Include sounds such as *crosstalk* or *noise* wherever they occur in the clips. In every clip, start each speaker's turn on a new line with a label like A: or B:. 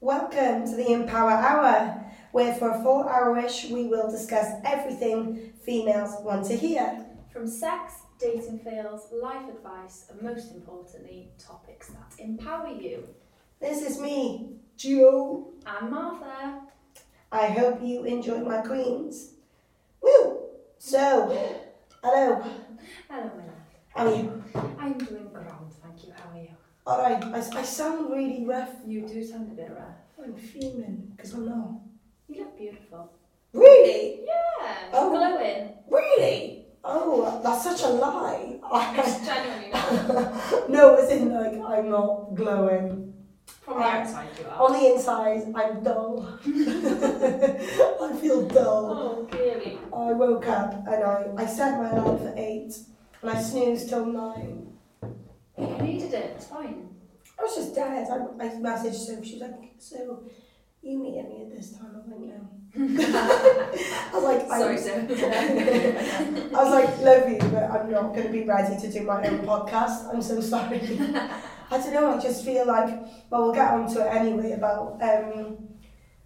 A: welcome to the Empower Hour, where for a full hourish we will discuss everything females want to hear.
B: From sex, dating fails, life advice, and most importantly, topics that empower you.
A: This is me, Joe.
B: I'm Martha.
A: I hope you enjoyed my queens. Woo! So, hello,
B: Hello, my love.
A: how are you?
B: I'm doing grand, thank you. How are you?
A: Alright, I, I sound really rough.
B: You do sound a bit rough.
A: I'm fuming because I'm not.
B: You look beautiful.
A: Really?
B: Yeah,
A: Oh.
B: glowing. *laughs*
A: Really? Oh, that's such a lie. *laughs*
B: It's genuinely not.
A: no, as in, like, I'm not glowing.
B: From the
A: Alright.
B: outside, you are.
A: On the inside, I'm dull. *laughs* I feel dull.
B: Oh, really?
A: I woke up and I, I set my alarm for eight and I snoozed till nine.
B: You needed it, it's fine.
A: I was just dead. I, I messaged Soph. She was like, So, you meet me at this time? I went, No. *laughs* I was like,
B: Sorry,
A: I,
B: *laughs* sir.
A: *laughs* I was like, Love you, but I'm not going to be ready to do my own podcast. I'm so sorry. *laughs* I don't know. I just feel like, well, we'll get onto it anyway about um,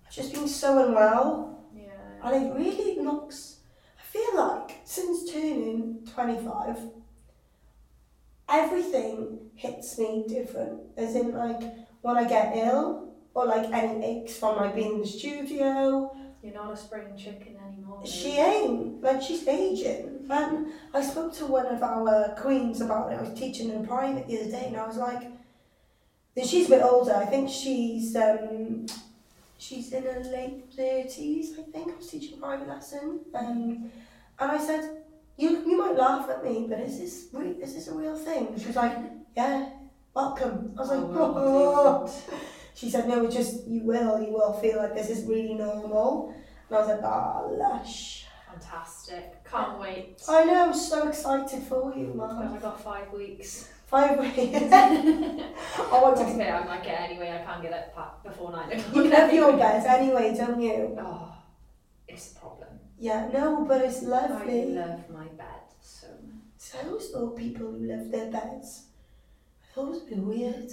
A: I've just been so unwell.
B: yeah.
A: And it really knocks. I feel like since turning 25, everything hits me different. As in, like, when I get ill, or like any aches from like being in the studio,
B: You're not a spring chicken anymore. babe.
A: she ain't. Like, she's aging. And I spoke to one of our queens about it. I was teaching in private the other day, and I was like, then she's a bit older. I think she's um, she's in her late thirties. I think I was teaching private lesson, um, and I said, "You you might laugh at me, but is this re- is this a real thing?" And she was like, "Yeah, welcome." I was like, "Oh." *laughs* She said, "No, it's just you will you will feel like this is really normal," and I was like, "Ah, lush."
B: Fantastic. Can't wait.
A: I know. I'm so excited for you,
B: I've
A: Mum.
B: only got five *laughs* weeks.
A: Five weeks.
B: I
A: *laughs* I want
B: to *laughs*
A: to.
B: say I might get it anyway. I can't get it pa- before nine o'clock.
A: You love
B: *laughs*
A: your bed anyway, don't you?
B: Oh, it's a problem.
A: Yeah, no, but it's
B: I
A: lovely.
B: love my bed so much.
A: So I always thought people who love their beds, I thought it would be weird.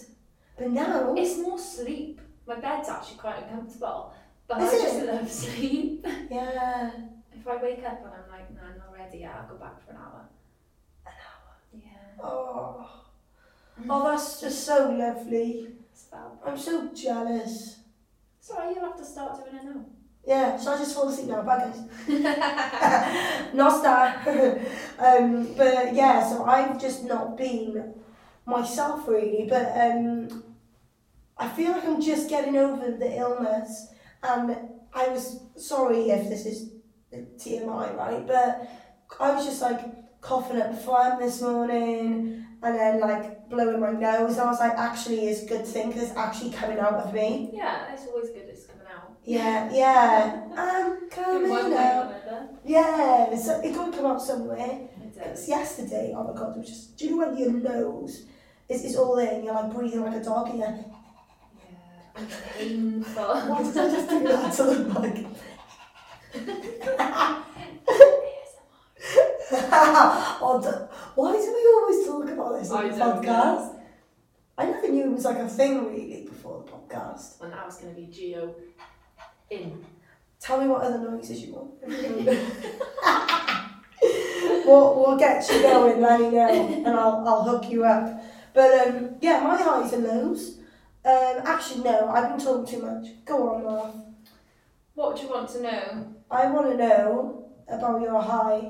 A: But now,
B: It's more sleep. My bed's actually quite uncomfortable, but
A: Is
B: I
A: it?
B: just love sleep. *laughs*
A: yeah,
B: If I wake up and I'm like, no, I'm not ready yet, I'll go back for an hour. An hour? Yeah.
A: oh, oh, that's just so lovely.
B: It's about.
A: I'm so jealous.
B: Sorry, you'll have to start doing it now.
A: Yeah, so I just fall asleep now. Bye guys. *laughs* not that. *laughs* um, but yeah, so I've just not been myself really. But um, I feel like I'm just getting over the illness. And I was sorry if this is TMI, right? But I was just like coughing up phlegm this morning. And then like blowing my nose, and I was like, actually, it's a good thing because it's actually coming out of me.
B: *laughs* yeah, it's always good. It's coming out.
A: Yeah, yeah. I'm
B: In one
A: coming
B: way or
A: out.
B: another.
A: Yeah, so it got to come out somewhere.
B: It
A: It's
B: does.
A: yesterday, oh my god, it was just. Do you know when your nose is, is all in and you're like breathing like a dog and you're like,
B: Yeah. Painful.
A: why did I
B: *laughs*
A: just do that to look like? *laughs* or d- why do we always talk about this on the podcast? I never knew it was like a thing really before the podcast.
B: And that was going to be Geo in.
A: Tell me what other noises you want. *laughs* we'll, we'll get you going, let me know, and I'll, I'll hook you up. But um, yeah, my highs and lows. Um, actually, no, I've been talking too much. Go on, Mark.
B: What do you want to know?
A: I want to know about your high.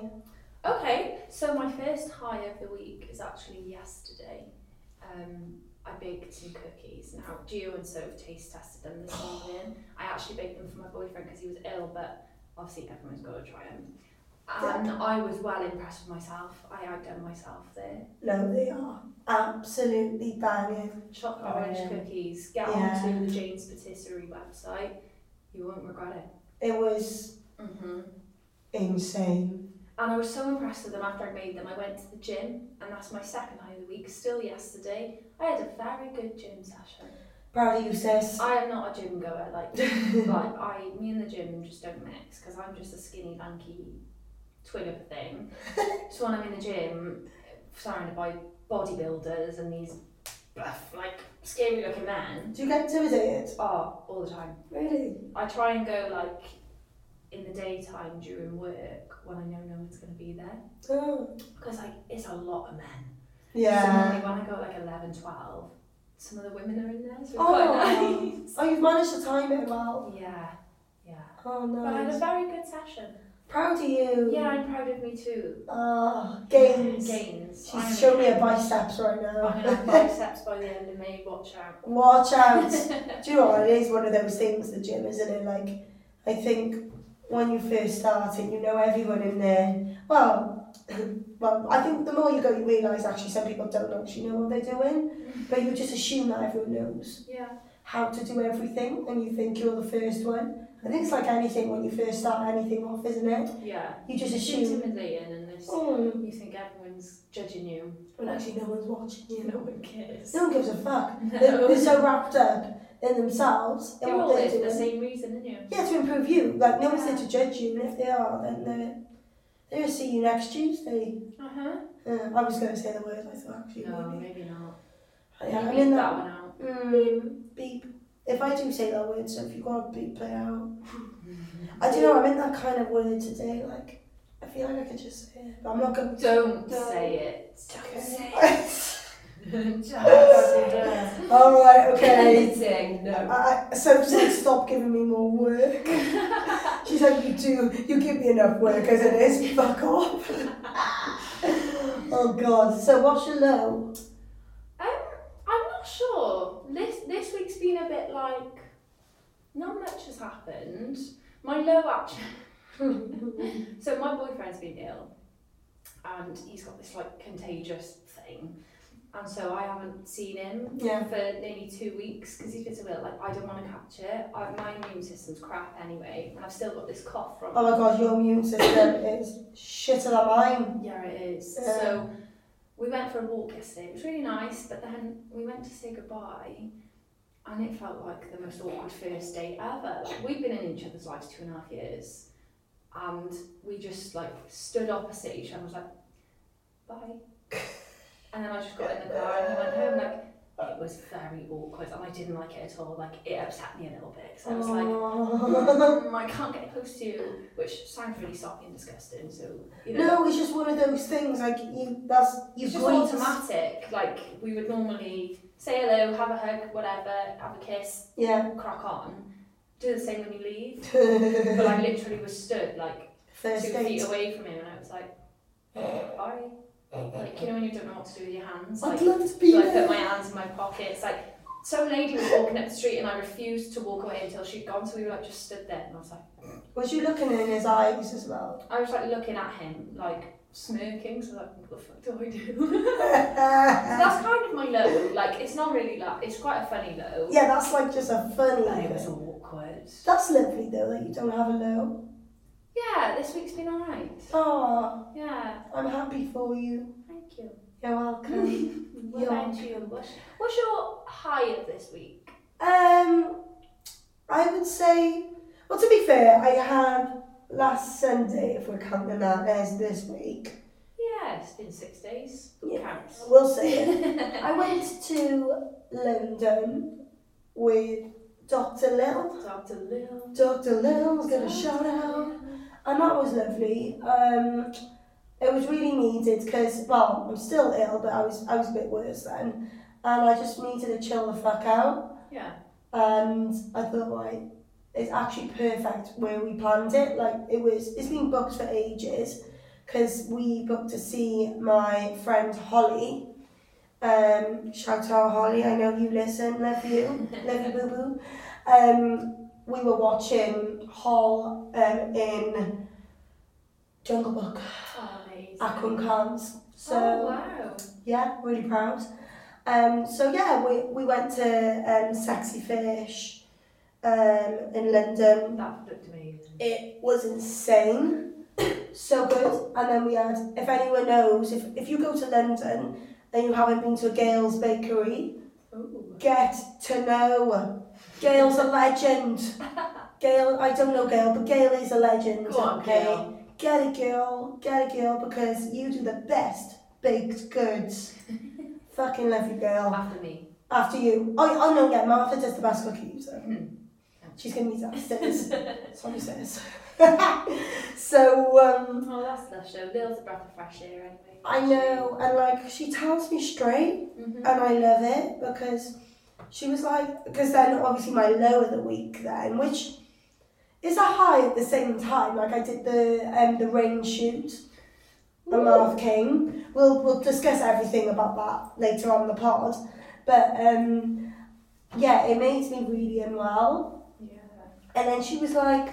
B: Okay, so my first high of the week is actually yesterday. Um, I baked some cookies. Now, Geo and Soph taste tested them this morning. I actually baked them for my boyfriend because he was ill, but obviously everyone's got to try them. And I was well impressed with myself. I outdone myself there.
A: No, they are absolutely banging.
B: Chocolate
A: Oh,
B: orange
A: yeah.
B: cookies. Get
A: Yeah.
B: onto the Jane's Patisserie website. You won't regret it.
A: It was
B: Mm-hmm.
A: insane.
B: And I was so impressed with them after I made them. I went to the gym, and that's my second high of the week. Still yesterday, I had a very good gym session.
A: Proud of you,
B: *laughs*
A: sis.
B: I am not a gym goer,
A: *laughs*
B: like, but I, me and the gym just don't mix because I'm just a skinny, lanky twig of a thing. so when I'm in the gym, surrounded by bodybuilders and these buff, like scary looking men.
A: Do you get intimidated?
B: Oh, all the time.
A: Really?
B: I try and go like in the daytime during work when I know no one's going to be there
A: Oh.
B: because like it's a lot of men.
A: Yeah.
B: So when I go at, like 11, 12, some of the women are in there. So it's
A: Oh.
B: quite nice. *laughs*
A: Oh, you've managed to time it well.
B: Yeah, yeah.
A: Oh,
B: But I had a
A: nice.
B: very good session.
A: Proud of you.
B: Yeah, I'm proud of me too.
A: Oh, gains.
B: Gains. I'm-
A: She's showing me her biceps right
B: I'm gonna
A: *laughs*
B: have
A: now.
B: biceps by the end of May. Watch out.
A: Watch out.
B: *laughs*
A: Do you know what? It is one of those things, the gym, isn't it? Like, I think when you first start it, you know everyone in there. Well, *laughs* well, I think the more you go, you realise actually some people don't actually know what they're doing, but you just assume that everyone knows
B: yeah.
A: how to do everything and you think you're the first one. I think it's like anything when you first start anything off, isn't it?
B: Yeah.
A: You just
B: It's
A: assume,
B: intimidating and it's,
A: oh,
B: you think everyone's judging you.
A: when actually no one's watching you.
B: *laughs* No one cares.
A: No one gives a fuck. They're,
B: No.
A: they're
B: *laughs*
A: so wrapped up in themselves and
B: You're
A: what
B: all
A: they're
B: there for
A: doing.
B: the same reason, aren't you?
A: Yeah, to improve you. Like no one's there
B: Yeah.
A: to judge you, and if they are, then they're they're gonna see you next Tuesday.
B: Uh huh.
A: Uh, I was gonna say the word. I thought actually.
B: No,
A: maybe.
B: maybe not.
A: Yeah, I'm
B: Leave
A: in
B: Oh, that
A: that.
B: one out.
A: Mm, beep. If I do say that word, so if you gotta beep it out. I do know. I'm in that kind of word today. Like I feel like I could just say it, but I'm not going. to.
B: Don't
A: Don't.
B: say it.
A: Okay.
C: Just
B: Um,
C: say
A: *laughs*
C: it.
A: All right.
C: *laughs*
A: Okay.
C: Anything, no.
A: I, I- Uh, so just stop giving me more
B: *laughs*
A: work. She's like, you do, you give me enough work as it is. Fuck off. oh God. So what's your low?
B: Um, I'm not sure. This this week's been a bit like not much has happened. My low actually. *laughs* so my boyfriend's been ill, and he's got this like contagious thing, and so I haven't seen him
A: Yeah.
B: for nearly two weeks because he's been so ill. Like I don't want to catch it. I, my immune system's crap anyway, and I've still got this cough from.
A: Oh my God, your immune system is shitter than mine.
B: Yeah, it is.
A: Yeah.
B: So we went for a walk yesterday. It was really nice, but then we went to say goodbye, and it felt like the most awkward first date ever. Like we've been in each other's lives two and a half years, and we just like stood opposite each other. I was like, bye. And then I just got in the car and we went home. Like it was very awkward, and I didn't like it at all. Like it upset me a little bit. So I was like. *laughs*
A: Oh.
B: "Mm, I can't get close to you, which sounds really soppy and disgusting. So you know,
A: no, it's just one of those things. Like you, that's you
B: it's just automatic. Like we would normally say hello, have a hug, whatever, have a kiss,
A: Yeah.
B: crack on. Do the same when you leave.
A: *laughs*
B: But I
A: First
B: literally was stood like two feet
A: date.
B: away from him, and I was like, "Bye." Like you know when you don't know what to do with your hands. Like,
A: I'd love to be
B: so I put
A: there.
B: my hands in my pockets. Like some lady was walking up the street, and I refused to walk away until she'd gone. So we were like just stood there, and I was like,
A: Was you looking in his eyes as well? *laughs*
B: I was like looking at him, like smirking. So like, what the fuck do I do? So
A: yeah,
B: that's kind of my low. Like, it's not really like it's quite a funny low.
A: that's like just a funny.
B: But it was
A: thing.
B: awkward.
A: That's lovely though that you don't have a low.
B: Yeah, this week's been alright.
A: Oh,
B: Yeah,
A: I'm happy for you.
B: thank you.
A: You're *laughs* welcome.
B: *laughs* What
A: Yeah.
B: about you? What's, what's your high of this week?
A: Um, I would say, well, to be fair, I had last Sunday, if we're counting that as this week,
B: Yeah, it's been six days. Who
A: Yeah.
B: counts?
A: *laughs* we'll say
B: *laughs*
A: it. I went to London with Dr. Lil.
B: Dr. Lil.
A: Dr. Lil was going to shout out, and that was lovely. Um, it was really needed because, well, I'm still ill, but I was I was a bit worse then, and I just needed to chill the fuck out.
B: Yeah.
A: and I thought like it's actually perfect where we planned it. Like it was, it's been booked for ages because we booked to see my friend Holly. Um, shout out Holly, I know you listen, love you, love you boo boo. Um, we were watching Hall um, in Jungle Book,
B: Oh, amazing.
A: Akron Camps. So
B: oh, wow.
A: yeah, really proud. Um, so yeah, we, we went to um, Sexy Fish um, in London.
B: That looked amazing.
A: It was insane, *coughs* so good. And then we had, if anyone knows, if, if you go to London and you haven't been to a Gales Bakery,
B: Ooh.
A: get to know. Gail's a
B: *laughs*
A: legend. Gail, I don't know Gail, but Gail is a legend.
B: Go on,
A: okay?
B: Gail.
A: Get a girl, get a girl, because you do the best baked goods. Fucking love you, girl.
B: After me.
A: after you. I, I know, yeah, Martha does the best cookies, so she's going to be downstairs. Sorry, sis. *laughs* so, um,
B: Well, Oh, that's the show. Lil's a breath of fresh air anyway.
A: I know, and like, she tells me straight.
B: Mm-hmm.
A: and I love it because she was like because then obviously my low of the week then which is a high at the same time like I did the um the rain shoot the Marv King we'll we'll discuss everything about that later on the pod but um yeah it made me really unwell
B: Yeah.
A: and then she was like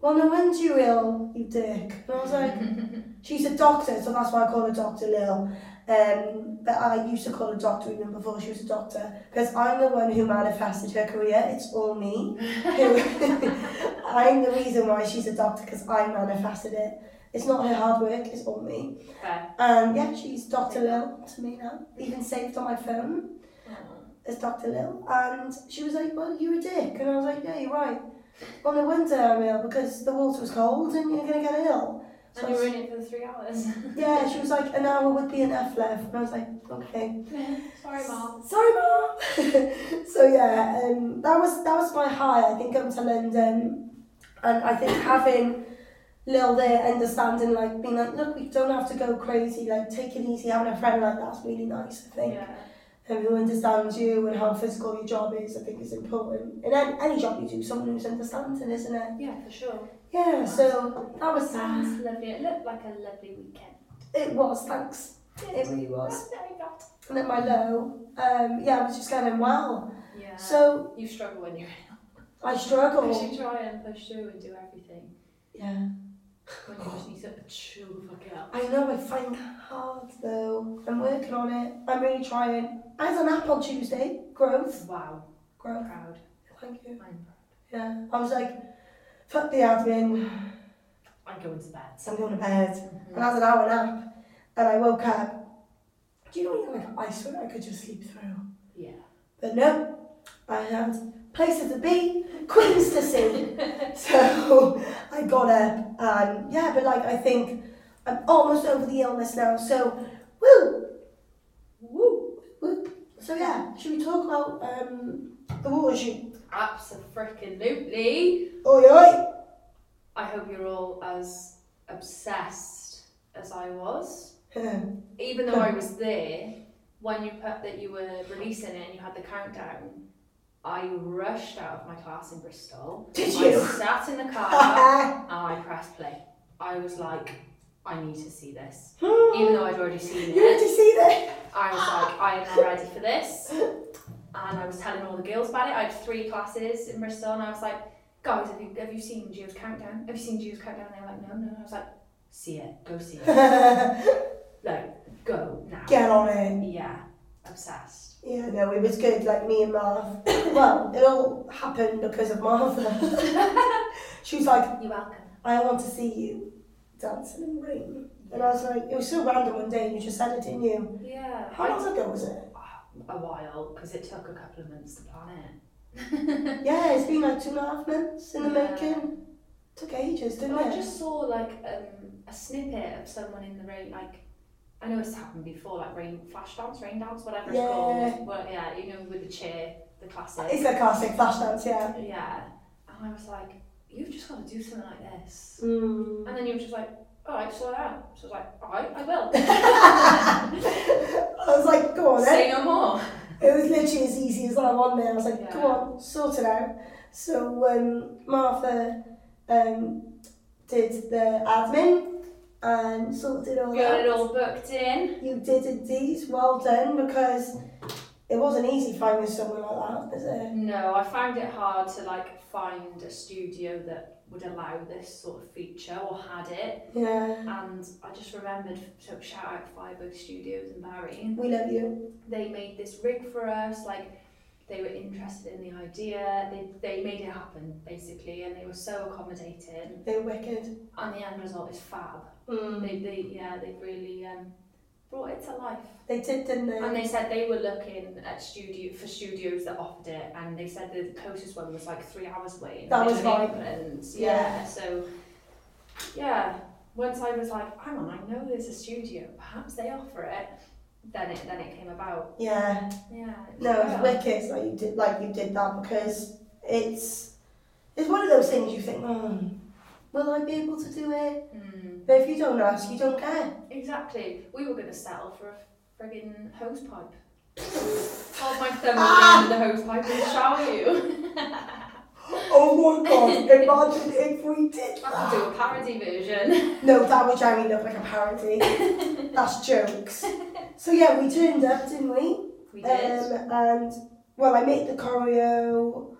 A: well no wonder you ill you dick and I was like She's a doctor, so that's why I call her Dr. Lil. Um, but I used to call her Doctor even before she was a doctor, because I'm the one who manifested her career. It's all me. Who *laughs* I'm the reason why she's a doctor, because I manifested it. It's not her hard work, it's all me.
B: *laughs* Fair.
A: And yeah, she's Dr. Lil to me now, even saved on my phone as Dr. Lil. And she was like, Well, you're a dick. And I was like, Yeah, you're right. Well, no wonder I'm ill, because the water was cold and you're going to get ill. So
B: And
A: I
B: you
A: was-
B: were in it for the three hours.
A: yeah, she was like, an hour would be enough left. And I was like, okay.
B: Sorry, Mom.
A: *laughs* Sorry, Mum. *laughs* so yeah, um, that was that was my high, I think, going to London. And I think having Lil there understanding, like being like, look, we don't have to go crazy, like take it easy, having a friend like that's really nice, I think.
B: Yeah.
A: And who understands you and how physical your job is, I think is important. In any, any job you do, someone who's understanding, isn't it?
B: Yeah, for sure.
A: Yeah, so that was sad.
B: Sounds lovely. It looked like a lovely weekend.
A: It was, thanks. It really was.
B: *laughs* That's very good.
A: And then my low, um, yeah, I was just going well.
B: Yeah.
A: So
B: you struggle when you're ill.
A: I
B: Because
A: struggle.
B: *laughs* you try and push through and do everything.
A: Yeah.
B: When you just need to chill the fuck out.
A: I know, I find that hard though. I'm working on it. I'm really trying. I had an app on Tuesday. Growth.
B: Wow.
A: Growth.
B: Proud.
A: Thank you.
B: I'm proud.
A: Yeah. I was like, fuck the admin.
B: I'm going to bed.
A: So I'm going to bed. And I had an hour nap. And I woke up. Do you know what you're like? I swear I could just sleep through.
B: Yeah.
A: But no, I had places to be, queens to sing. so I got up and yeah, but like I think I'm almost over the illness now. So woo, woo, woo. So yeah, should we talk about um, the water shoot?
B: Absolutely.
A: Oi oi. *laughs*
B: I hope you're all as obsessed as I was. Even though I was there, when you put that you were releasing it and you had the countdown, I rushed out of my class in Bristol.
A: Did *laughs*
B: I
A: you?
B: sat in the car
A: Hmm.
B: and I pressed play. I was like, I need to see this. Even though I'd already seen
A: you need
B: it,
A: to see that.
B: I was like, I am not ready for this. And I was telling all the girls about it. I had three classes in Bristol, and I was like, guys, have you, have you seen Gio's countdown? Have you seen Gio's countdown? And they were like, no, no. I was like, see it, go see
A: *laughs*
B: it, like go now.
A: Get on it.
B: Yeah, obsessed.
A: Yeah, no, it was good. Like me and Marv. *coughs* well, it all happened because of Martha. *laughs* she was like,
B: You're welcome.
A: I want to see you dancing in the rain. And I was like, it was so random one day, you just said it, didn't you?
B: Yeah,
A: How
B: I,
A: long ago was it?
B: a while because it took a couple of months to
A: *laughs*
B: plan it.
A: Yeah, it's been like two and a half months in the
B: Yeah.
A: making. Took ages, didn't
B: Well, I
A: it?
B: just saw like um, a snippet of someone in the rain. Like I know it's happened before, like rain flash dance, rain dance, whatever
A: Yeah.
B: it's called. Well, yeah, you know, with the chair, the classic.
A: It's like classic Flashdance, yeah.
B: yeah, and I was like, you've just got to do something like this.
A: Mm.
B: And then you were just like, all right, so I am. So I was like, all right, I will.
A: *laughs* I was like, go on then.
B: Say no more.
A: It was literally as easy as that one there. I was like,
B: Yeah.
A: go on, sort it out. So um, Martha um, did the admin and sorted all
B: Got
A: out.
B: it all booked in.
A: You did indeed. Well done, because it wasn't easy finding someone like that, is it?
B: No, I found it hard to like find a studio that would allow this sort of feature or had it.
A: Yeah.
B: and I just remembered so shout out Firebug Studios in Barry.
A: We love you.
B: They made this rig for us, like they were interested in the idea, they, they made it happen basically, and they were so accommodating.
A: They're wicked.
B: And the end result is fab.
A: Mm.
B: They, they yeah, they really um, brought it to life.
A: They did, didn't they?
B: And they said they were looking at studio for studios that offered it, and they said the closest one was like three hours away. in
A: That was
B: Middle
A: right.
B: England.
A: Yeah.
B: Yeah. So, yeah. Once I was like, hang on, I know there's a studio. Perhaps they offer it. then it then it came about.
A: Yeah.
B: Yeah. it's
A: No, it's
B: well.
A: wicked like you did like you did that because it's it's one of those things you think, oh, will I be able to do it?
B: Mm,
A: But if you don't ask, you don't care.
B: exactly. We were going to settle for a friggin' hose pipe. Hold my thumb
A: Ah!
B: in the hose pipe and shower you.
A: *gasps* Oh my god, imagine if we did
B: I can do a parody version.
A: *gasps* No, that would drive me up like a *laughs* parody. That's jokes. So yeah, we turned up, didn't we?
B: We
A: Um,
B: did.
A: and well, I made the choreo.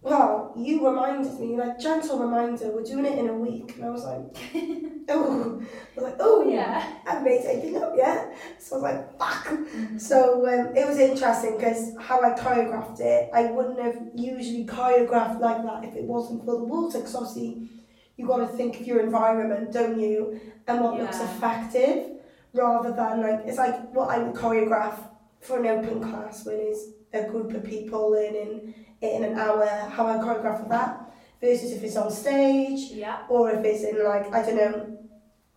A: Well, you reminded me, like gentle reminder, we're doing it in a week, and I was *laughs* like, oh, I was like oh *laughs*
B: yeah.
A: I made anything up yet. So I was like, fuck. So um, it was interesting because how I choreographed it, I wouldn't have usually choreographed like that if it wasn't for the water. Because obviously, you got to think of your environment, don't you, and what looks
B: Yeah.
A: effective, rather than like it's like what I would choreograph for an open class when it's a group of people learning it in an hour. How I choreograph for that versus if it's on stage
B: Yeah.
A: or if it's in like I don't know,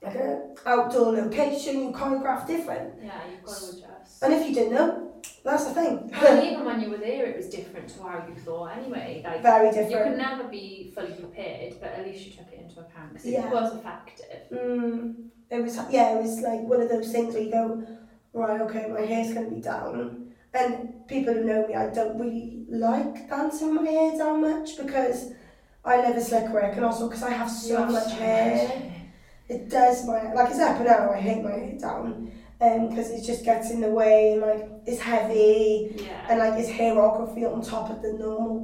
A: like a outdoor location, you choreograph different.
B: Yeah. You've got to adjust.
A: And if you didn't know, that's the thing.
B: Well, even when you were there, it was different to how you thought anyway. Like
A: Very
B: you could
A: different.
B: never be fully prepared, but at least you took it into account because it
A: Yeah.
B: was effective.
A: Mm, it was yeah, it was like one of those things where you go, right, okay, my hair's gonna be
B: Mm-hmm.
A: down. And people who know me, I don't really like dancing my hair down much because I never slick Rick, and also because I have so
B: You
A: much
B: have
A: hair.
B: much hair.
A: It does my like it's up and out. I hate my hair down, um, because it just gets in the way and like it's heavy.
B: Yeah.
A: and like his hairography on top of the normal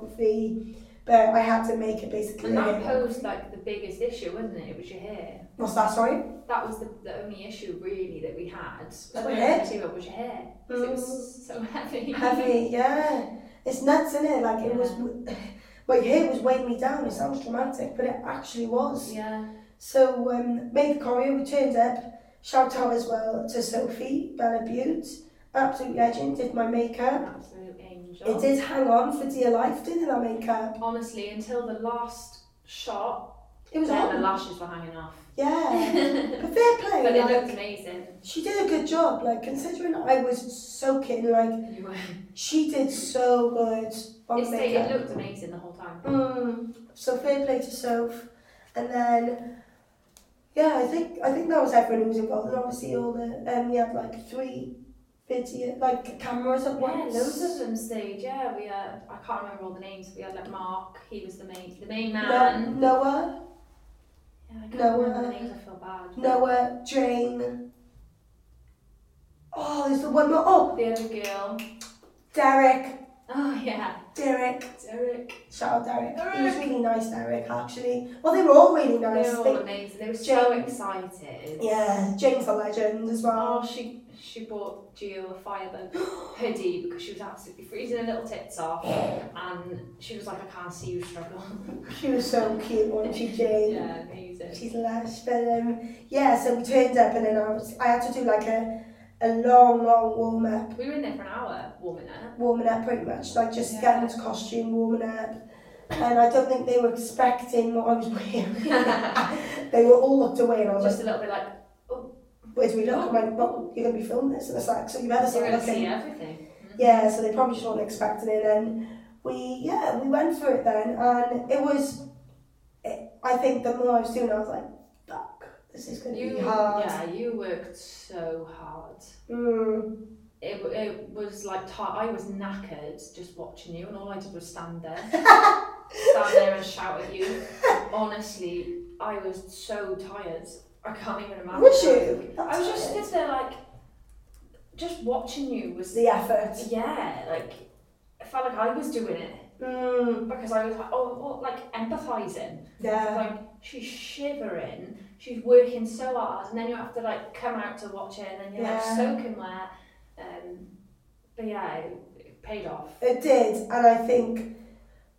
A: choreography. But I had to make it basically.
B: And
A: a
B: that
A: hair-
B: posed like the biggest issue, wasn't it? It was your hair.
A: What's that? Sorry.
B: That was the, the only issue really that we had.
A: my
B: Other than
A: hair. Mm.
B: the two, It was your hair. 'cause It was so *laughs* heavy.
A: Heavy, yeah. It's nuts, isn't it? Like it was. *sighs* My hair was weighing me down. It sounds dramatic, but it actually was.
B: Yeah.
A: So um, made the choreo. We turned up. Shout out as well to Sophie Bella Butte, absolute legend. Did my makeup.
B: An absolute angel.
A: It did hang on for dear life, didn't it? That makeup.
B: Honestly, until the last shot,
A: It was
B: then the
A: on.
B: lashes were hanging off. *laughs*
A: Yeah. *laughs*
B: but
A: But fair play.
B: it
A: like-
B: looked amazing.
A: She did a good job, like considering I was soaking, like
B: You were.
A: she did so good on
B: It, stayed,
A: makeup.
B: it looked amazing the whole time.
A: Mm. So fair play to Soph, and then yeah, I think I think that was everyone who was involved, and obviously all the um, we had like three video like cameras at
B: Yeah,
A: once.
B: loads of them stayed. Yeah, we had. I can't remember all the names. We had like Mark. He was the main, the main
A: No,
B: man.
A: Noah,
B: Yeah, I can't
A: No,
B: remember
A: uh,
B: the names. I feel bad.
A: Noah, Jane. Oh, there's the one more. Oh,
B: The other girl.
A: Derek,
B: Oh yeah,
A: Derek.
B: Derek.
A: Shout out Derek. He was
B: Derek.
A: really nice, Derek. Actually, well, they were all really nice.
B: They were
A: They-
B: all amazing. They were so
A: Jane.
B: excited.
A: Yeah, Jane's a legend as well.
B: Oh, she she bought Gio a Firebug *gasps* hoodie because she was absolutely freezing her little tits off, and she was like, "I can't see you struggle." *laughs*
A: She was so cute, wasn't she, Jane?
B: Oh. yeah, amazing.
A: She's lush. But um, yeah, so we turned up and then I was I had to do like a a long, long warm up,
B: We were in there for an hour warming up.
A: warming up pretty much, like just
B: Yeah.
A: getting into costume, warming up. And I don't think they were expecting what I was wearing.
B: *laughs* eh?
A: *laughs* they were all looked away, and I was
B: Just a little bit like,
A: like, "Where do we look?" I'm like, "Well, you're gonna be filming this," and it's like, "So you better
B: you're
A: start
B: gonna see
A: looking."
B: everything.
A: Yeah, so they probably just weren't expecting it. And we, yeah, we went for it then. And it was, it, I think the more I was doing, it, I was like, fuck, this is going to
B: You,
A: be hard.
B: yeah, you worked so hard.
A: Mm,
B: It, w- it was like ti I was knackered just watching you, and all I did was stand there,
A: *laughs*
B: stand there and shout at you. Honestly, I was so tired. I can't even imagine.
A: was you?
B: I was just
A: That's it.
B: stood there like, just watching you was
A: the effort.
B: yeah, like I felt like I was doing it
A: Mm,
B: because I was like, oh, oh, like empathizing.
A: yeah.
B: Like she's shivering, she's working so hard, and then you have to like come out to watch it, and then you're
A: Yeah.
B: like soaking wet. Um, but yeah, it, it paid off.
A: It did. And I think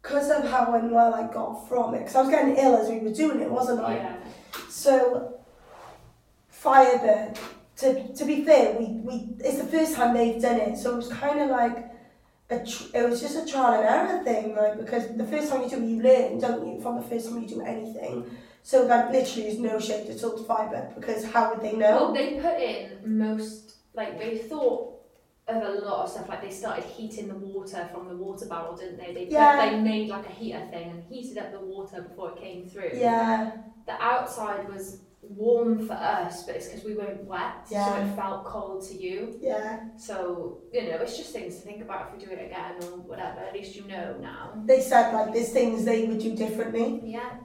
A: because of how unwell I got from it, because I was getting ill as we were doing it, wasn't I?
B: Yeah,
A: So, Firebird, to, to be fair, we, we it's the first time they've done it, so it was kind of like a tr- it was just a trial and error thing, like because the first time you do it, you learn, don't you, from the first time you do anything. So like literally, there's no shaped at all to fibre because how would they know?
B: Well, they put in most, like, they thought of a lot of stuff. Like, they started heating the water from the water barrel, didn't they? They, put-
A: Yeah.
B: they made, like, a heater thing and heated up the water before it came through.
A: Yeah,
B: The outside was warm for us, but it's because we weren't wet, so
A: Yeah.
B: it felt cold to you.
A: yeah.
B: So, you know, it's just things to think about if we do it again or whatever. At least you know now.
A: They said like there's things they would do differently,
B: Yeah.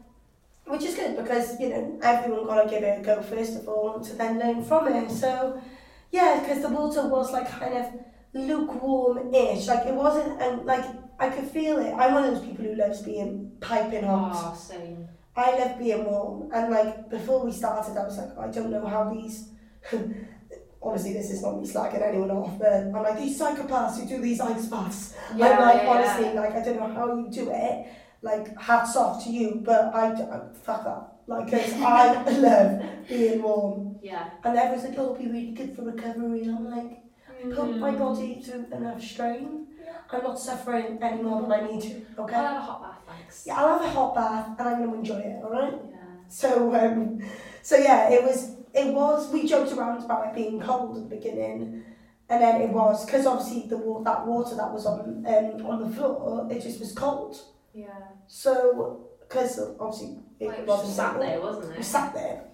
A: which is good because you know everyone got to give it a go first of all to then learn from it. So yeah, because the water was like kind of lukewarm-ish, like it wasn't, and like I could feel it. I'm one of those people who loves being piping hot.
B: Ah, same.
A: I love being warm, and like before we started, I was like, I don't know how these. *laughs* Obviously, this is not me slagging anyone off, but I'm like these psychopaths who do these ice baths. I'm like honestly, like I don't know how you do it. Like hats off to you, but I d- uh, fuck that. Like 'cause I love being warm,
B: Yeah.
A: and everyone's like, "Oh, it'll be really good for recovery." I'm like,
B: Mm.
A: put my
B: Hmm.
A: body through enough strain. I'm not suffering any more than I need to.
B: I'll
A: Okay.
B: have a hot bath, thanks.
A: Yeah, I'll have a hot bath and I'm gonna enjoy it. All right.
B: yeah.
A: So um, so yeah, it was it was we joked around about it being cold at the beginning, and then it was because obviously the wa- that water that was on um, on the floor it just was cold.
B: Yeah.
A: So because obviously it
B: Like, it was
A: was
B: just sat there, wasn't
A: We
B: it?
A: sat there.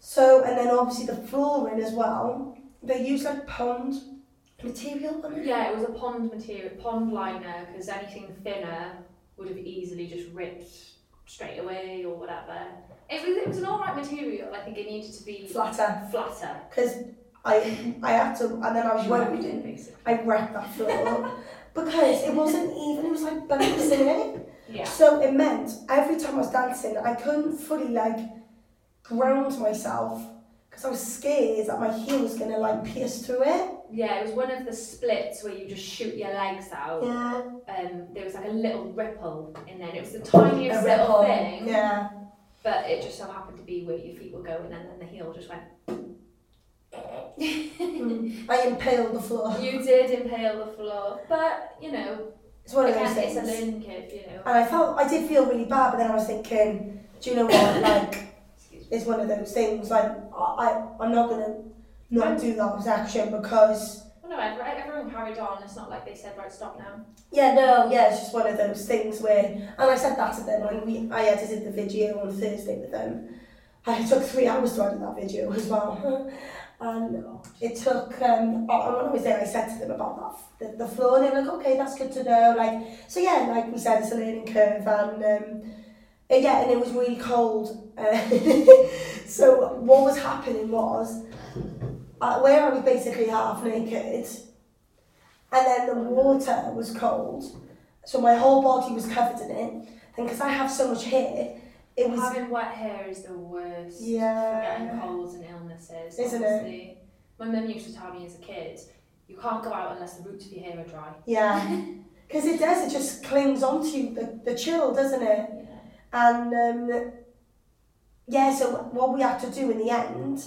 A: So and then obviously the flooring as well. They used like pond material on it.
B: Yeah, it was a pond material, pond liner, because anything thinner would have easily just ripped straight away or whatever. It was, it was an alright material. I think it needed to be
A: Flatter.
B: flatter.
A: Because I I had to and then I was worried.
B: it, basically.
A: I wrecked that
B: *laughs*
A: floor because it wasn't even. It was like bouncing in it.
B: Yeah.
A: So it meant every time I was dancing, I couldn't fully like ground myself because I was scared that my heel was gonna like pierce through it.
B: Yeah, it was one of the splits where you just shoot your legs out.
A: Yeah,
B: Um, there was like a little ripple in there. and It was the tiniest little thing,
A: Yeah,
B: but it just so happened to be where your feet were going, and then the heel just
A: *laughs*
B: went.
A: I impaled the floor.
B: You did impale the floor, but you know,
A: It's one of
B: again,
A: those
B: it's a
A: things. And
B: learning curve, you know.
A: I felt I did feel really bad, but then I was thinking, do you know
B: *coughs*
A: what? Like,
B: Excuse
A: it's one of those things. Like, I, I I'm not gonna not do that action because
B: Well, no, ev- everyone carried on. It's not like they said, right, stop now.
A: Yeah, no, yeah, it's just one of those things where, and I said that to them when we, I edited the video on Thursday with them. I took three hours to edit that video as well. *laughs* And it took, um, I- I- when I was there, I said to them about that, the, the floor, and they were like, okay, that's good to know. Like, so yeah, like we said, it's a learning curve, and um, uh, yeah, and it was really cold. *laughs* Uh, so what was happening was, uh, where I was basically half naked, and then the water was cold, so my whole body was covered in it. And because I have so much hair, it was
B: Having wet hair is the worst. For getting
A: yeah,
B: colds and illnesses,
A: Isn't it?
B: honestly. My mum used to tell me as a kid, you can't go out unless the roots of your hair are dry.
A: yeah, because it does. It just clings onto you, the the chill, doesn't it?
B: Yeah.
A: And um, yeah, so what we had to do in the end,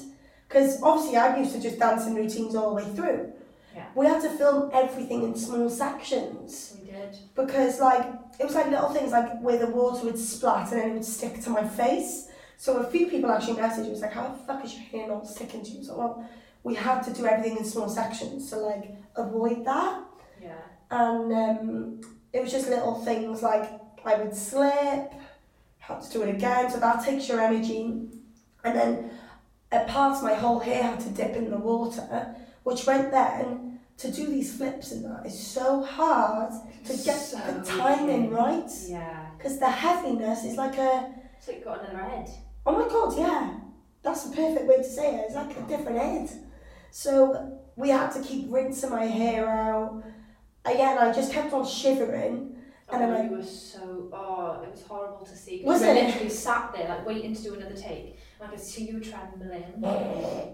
A: because obviously I'm used to just dancing routines all the way through.
B: Yeah.
A: We had to film everything in small sections
B: We did.
A: because like it was like little things like where the water would splat and then it would stick to my face. So a few people actually messaged was like, "How the fuck is your hair not sticking to you?" So well, we had to do everything in small sections to like avoid that
B: Yeah.
A: and um, it was just little things like I would slip, had to do it again, so that takes your energy. And then a part of my whole hair had to dip in the water, which meant then to do these flips and that is so hard to get
B: So
A: the timing
B: good.
A: right
B: Yeah.
A: because the heaviness is like a
B: So you got another head.
A: oh my god, yeah, that's the perfect way to say it. It's like a different head. So we had to keep rinsing my hair out. Again, I just kept on shivering.
B: Oh,
A: And then I-
B: you were so oh, it was horrible to see. 'cause
A: Was
B: we
A: it?
B: literally sat there like waiting to do another take, and I could see you trembling. And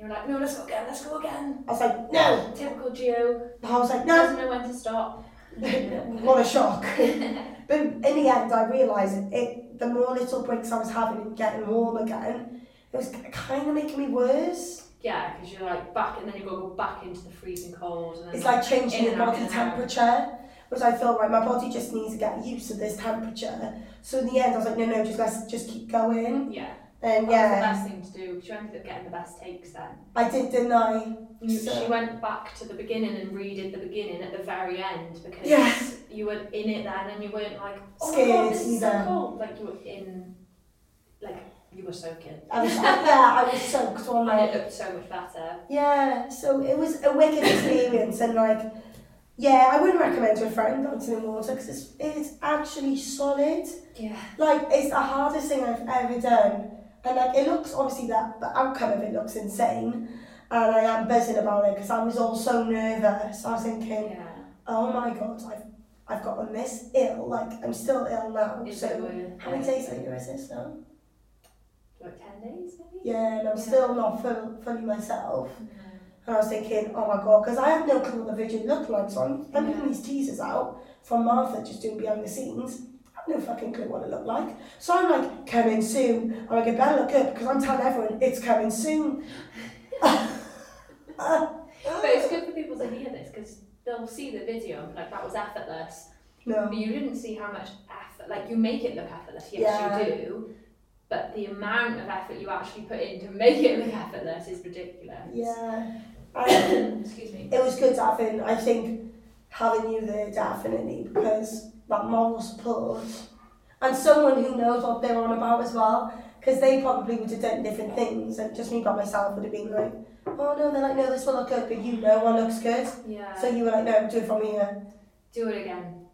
B: you were like, no, let's go again, let's go again.
A: I was like, no.
B: Typical Geo
A: I was like, no. *laughs*
B: doesn't know when to stop.
A: what a
B: *laughs*
A: shock. but in the end, I realised it. The more little breaks I was having and getting warm again, it was kind of making me worse.
B: Yeah, because you're like back, and then you've got to go back into the freezing cold. And then
A: It's like changing
B: In
A: the
B: and out, in
A: body
B: and out.
A: temperature, which I feel like my body just needs to get used to this temperature. So in the end, I was like, no, no, just let's just keep going.
B: yeah,
A: And
B: that
A: yeah,
B: was the best thing to do because you ended up getting the best takes then.
A: I did deny.
B: You,
A: So-
B: She went back to the beginning and redid the beginning at the very end because
A: Yeah.
B: you were in it then and you weren't like, oh my
A: Scared
B: god, this is so
A: either.
B: cold. Like you were in, like you were soaking.
A: I
B: *laughs*
A: was yeah, I was soaked on
B: and it
A: like
B: looked so much better.
A: yeah. So it was a wicked experience, and like yeah, I wouldn't recommend to a friend dancing in water because it's it's actually solid.
B: Yeah.
A: Like it's the hardest thing I've ever done, and like it looks obviously that the outcome of it looks insane, and I am buzzing about it because I was all so nervous. I was thinking,
B: Yeah.
A: oh my god, I've I've gotten this ill. Like I'm still ill now.
B: It's
A: so
B: good.
A: how many days later is this now?
B: Like 10 days maybe?
A: Yeah, and I'm
B: Yeah.
A: still not full, fully myself.
B: Yeah.
A: And I was thinking, oh my god, because I have no clue what the Virgin looked like, so I'm I'm putting
B: Yeah.
A: these teasers out from Martha just doing behind the scenes. I have no fucking clue what it looked like. So I'm like, coming soon. And I get better look good because I'm telling everyone it's coming soon.
B: *laughs*
A: *laughs*
B: But it's good for people to hear this because they'll see the video and be like, that was effortless.
A: no.
B: *laughs* But you didn't see how much effort, like, you make it look effortless. Yes,
A: Yeah.
B: you do. But the amount of effort you actually put in to make it look effortless is ridiculous.
A: Yeah. And
B: Excuse me.
A: it was good to have in, I think, having you there definitely because that moral support and someone who knows what they're on about as well because they probably would have done different things and just me by myself would have been like, oh no, they're like, no, this will look good, but you know what looks good.
B: Yeah.
A: So you were like, no, do it from here.
B: do it again.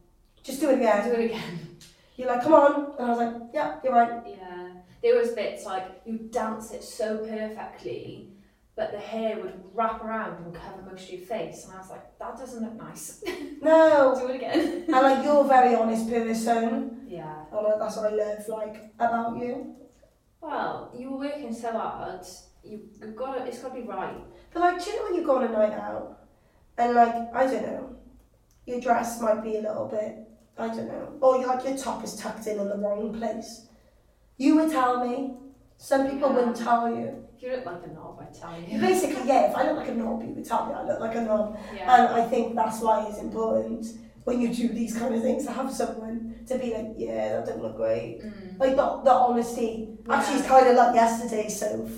A: Just do it again.
B: Do it again. *laughs*
A: You're like, come on. And I was like, yeah, you're right.
B: Yeah. There was bits like you dance it so perfectly, but the hair would wrap around and cover most of your face, and I was like, that doesn't look nice. *laughs*
A: No.
B: do it again.
A: And like, you're a very honest person.
B: Yeah.
A: And like, that's what I love, like, about you.
B: Well, you were working so hard. You, you've got to, it's got to be right.
A: But like, do you know when you go on a night out and like, I don't know, your dress might be a little bit, I don't know, or you like your top is tucked in in the wrong place. You would tell me. Some people
B: Yeah.
A: wouldn't tell you.
B: If you look like a knob, I tell
A: You
B: you. *laughs*
A: Basically, yeah, if I look like a knob, you would tell me I look like a knob.
B: Yeah.
A: And I think that's why it's important when you do these kind of things to have someone to be like, yeah, that doesn't look great.
B: Mm.
A: Like the, the honesty. Actually, it's kind of like yesterday, so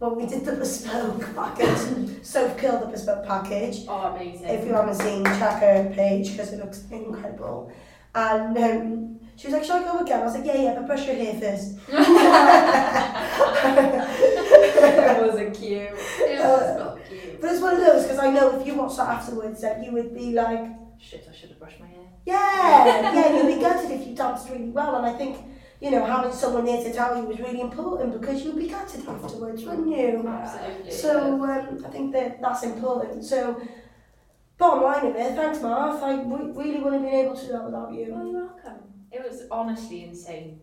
A: when we did the bespoke package, so killed the bespoke package.
B: Oh, amazing.
A: If you haven't seen, check her page because it looks incredible. And um, she was like, "Shall I go again?" I was like, "Yeah, yeah, but brush your hair first. *laughs*
C: that wasn't cute.
B: it
A: uh,
B: was not cute.
A: But it's one of those because I know if you watch that afterwards, that you would be like,
B: Shit, I should have brushed my hair.
A: "Yeah, yeah," you'd be gutted if you danced really well. And I think you know having someone there to tell you was really important because you'd be gutted afterwards, wouldn't you?
B: Absolutely.
A: So um, I think that that's important. So bottom line of it, thanks Marth, I w- really wouldn't have been able to do that without
B: Yeah.
A: you.
B: well, you're welcome. It was honestly insane.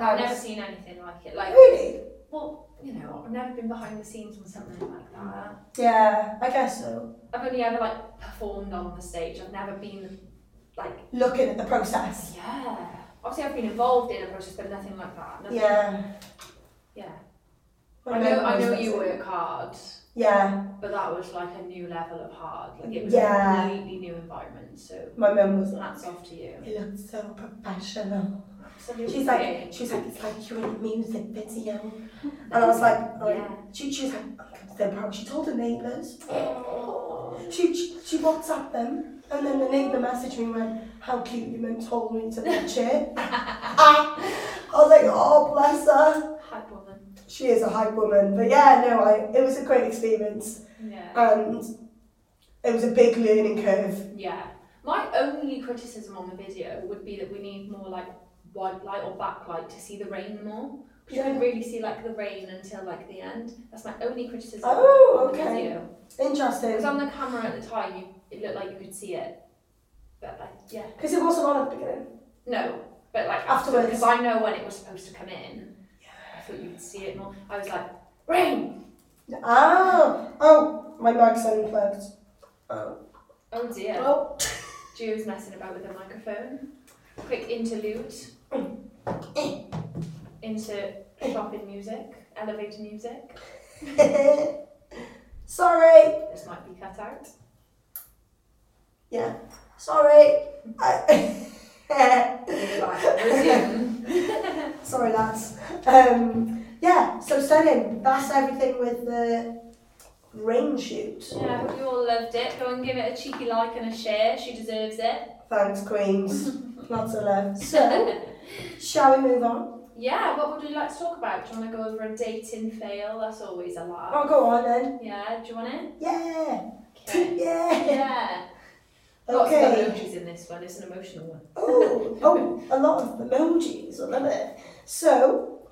B: I've
A: Thanks.
B: never seen anything like it. Like,
A: Really?
B: well, you know, I've never been behind the scenes on something like that.
A: Yeah, I guess so.
B: I've only ever like performed on the stage. I've never been like,
A: Looking at the process.
B: yeah. Obviously, I've been involved in a process, but nothing like that. Nothing,
A: Yeah.
B: Yeah. I know, I know you work hard,
A: Yeah,
B: but that was like a new level of hard. Like it was
A: Yeah.
B: a completely new environment. So
A: my mum was like,
B: hats off to you.
A: you look so professional.
B: Absolutely.
A: She's like, she was like, it's like you're in a music video. And I was like, oh.
B: yeah.
A: she, she was like, oh, I'm so proud. She told her neighbours.
B: Oh.
A: She, she, she WhatsApped them. And then the neighbour messaged me and went, how cute you mum told me to watch it. I was like, oh, bless her.
B: Hype woman.
A: She is a hype woman, but yeah, no, I, it was a great experience
B: Yeah.
A: and it was a big learning curve.
B: Yeah. My only criticism on the video would be that we need more like white light or backlight to see the rain more. Because
A: Yeah.
B: you couldn't really see like the rain until like the end. That's my only criticism.
A: Oh,
B: on the
A: okay.
B: video. It was
A: Interesting
B: on the camera at the time. You, it looked like you could see it, but like yeah,
A: because it wasn't on at the beginning.
B: no, but like
A: Afterwards.
B: because I know when it was supposed to come in. I thought you could see it more. I was like, rain.
A: Oh, oh, my mic's unplugged. Oh,
B: Oh dear.
A: oh.
B: Gio's messing about with the microphone. Quick interlude. Insert shopping music, elevator music.
A: yeah, *laughs* Sorry,
B: This might be cut out.
A: *laughs* sorry. *laughs* I-
B: Maybe like resume.
A: sorry, lads. Um, yeah, so selling. That's everything with the rain shoot.
B: yeah, I hope you all loved it. Go and give it a cheeky like and a share. She deserves it.
A: Thanks, Queens. Lots of love. So, shall we move on?
B: Yeah, what would we like to talk about? Do you want to go over a dating fail? That's always a laugh.
A: Oh, go on then.
B: Yeah, do you want it?
A: Yeah.
B: Okay.
A: *laughs* Yeah.
B: Yeah.
A: *laughs*
B: Lots of
A: Okay.
B: emojis in this one. It's an emotional one.
A: Oh, oh, a lot of emojis. I love it. So,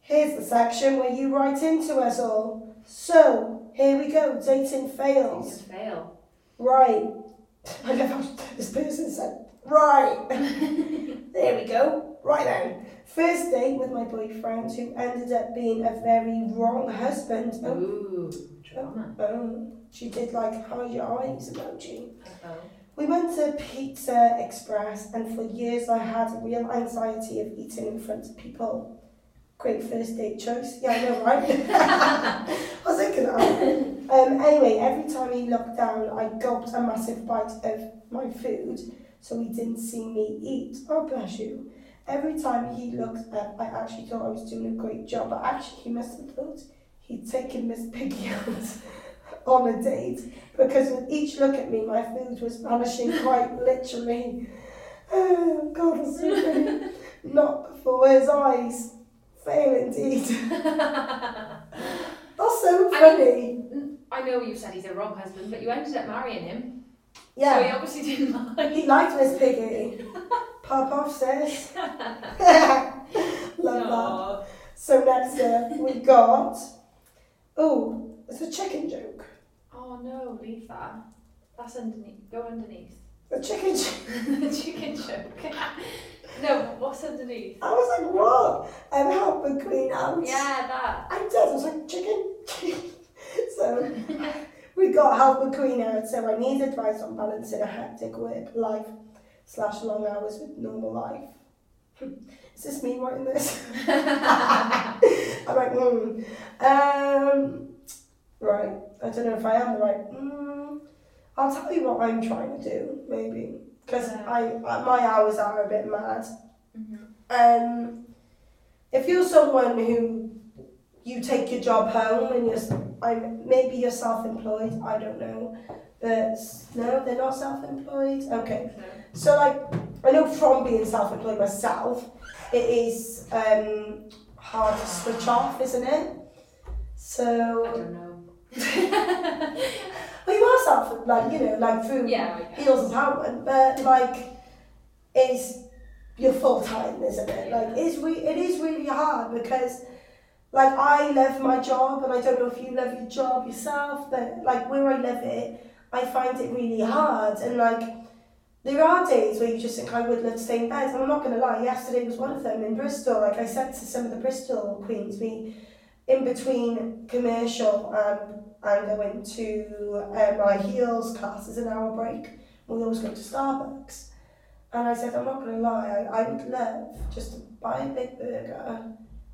A: here's the section where you write into us all. So, here we go. Dating fails.
B: It's
A: *laughs*
B: a fail.
A: Right. I love how this person said, right. there we go. Right then. First date with my boyfriend who ended up being a very wrong husband. Oh,
B: Ooh, drama.
A: oh. She did like hide your eyes emoji.
B: Oh.
A: We went to Pizza Express and for years I had real anxiety of eating in front of people. Great first date choice. Yeah, I know, right? *laughs* I was thinking that. Um, anyway, every time he looked down, I gulped a massive bite of my food so he didn't see me eat. Oh, bless you. Every time he looked up, I actually thought I was doing a great job, but actually, he must have thought he'd taken Miss Piggy out *laughs* on a date because with each look at me, my food was vanishing quite literally. Oh, God, that's so funny. Not before his eyes. Fail indeed. That's so
B: I-
A: funny.
B: I know you said he's a wrong husband, but you ended up marrying him.
A: Yeah.
B: So he obviously didn't *laughs* mind.
A: He liked Miss Piggy. Pop off,
B: *laughs*
A: sis. Love that.
B: Aw.
A: So next up, we got. Oh, it's a chicken joke.
B: Oh no, leave that. That's underneath. Go underneath. *laughs*
A: A chicken joke.
B: the chicken joke. *laughs* no, what's underneath?
A: I was like, what? Um, help the queen out.
B: Yeah, that.
A: I did. I was like, chicken. *laughs* so we got help the queen out. So I need advice on balancing a hectic work life slash long hours with normal life. Is this me writing this? *laughs* I'm like, mm. um, right. I don't know if I am the right. Mm. I'll tell you what I'm trying to do, maybe, because
B: Yeah.
A: I I- my hours are a bit mad.
B: Mhm.
A: Um, if you're someone who you take your job home and you're, s- I'm maybe you're self-employed. I don't know, but s- no, they're not self-employed. Okay,
B: No.
A: so like, I know from being self-employed myself, it is um, hard to switch off, isn't it?
B: I
A: So,
B: don't know.
A: *laughs* well, you are self, like you know, like through
B: yeah, I guess.
A: heels and talent, but like, it's you're full time, isn't it? Like, it's re- it is really hard because, like, I love my job, and I don't know if you love your job yourself, but like where I live it, I find it really hard, and like. There are days where you just think I would love to stay in bed. And I'm not going to lie, yesterday was one of them in Bristol. Like I said to some of the Bristol queens, we, in between commercial and, and going to um, my heels class is an hour break. We always go to Starbucks. And I said, I'm not going to lie, I, I would love just to buy a big burger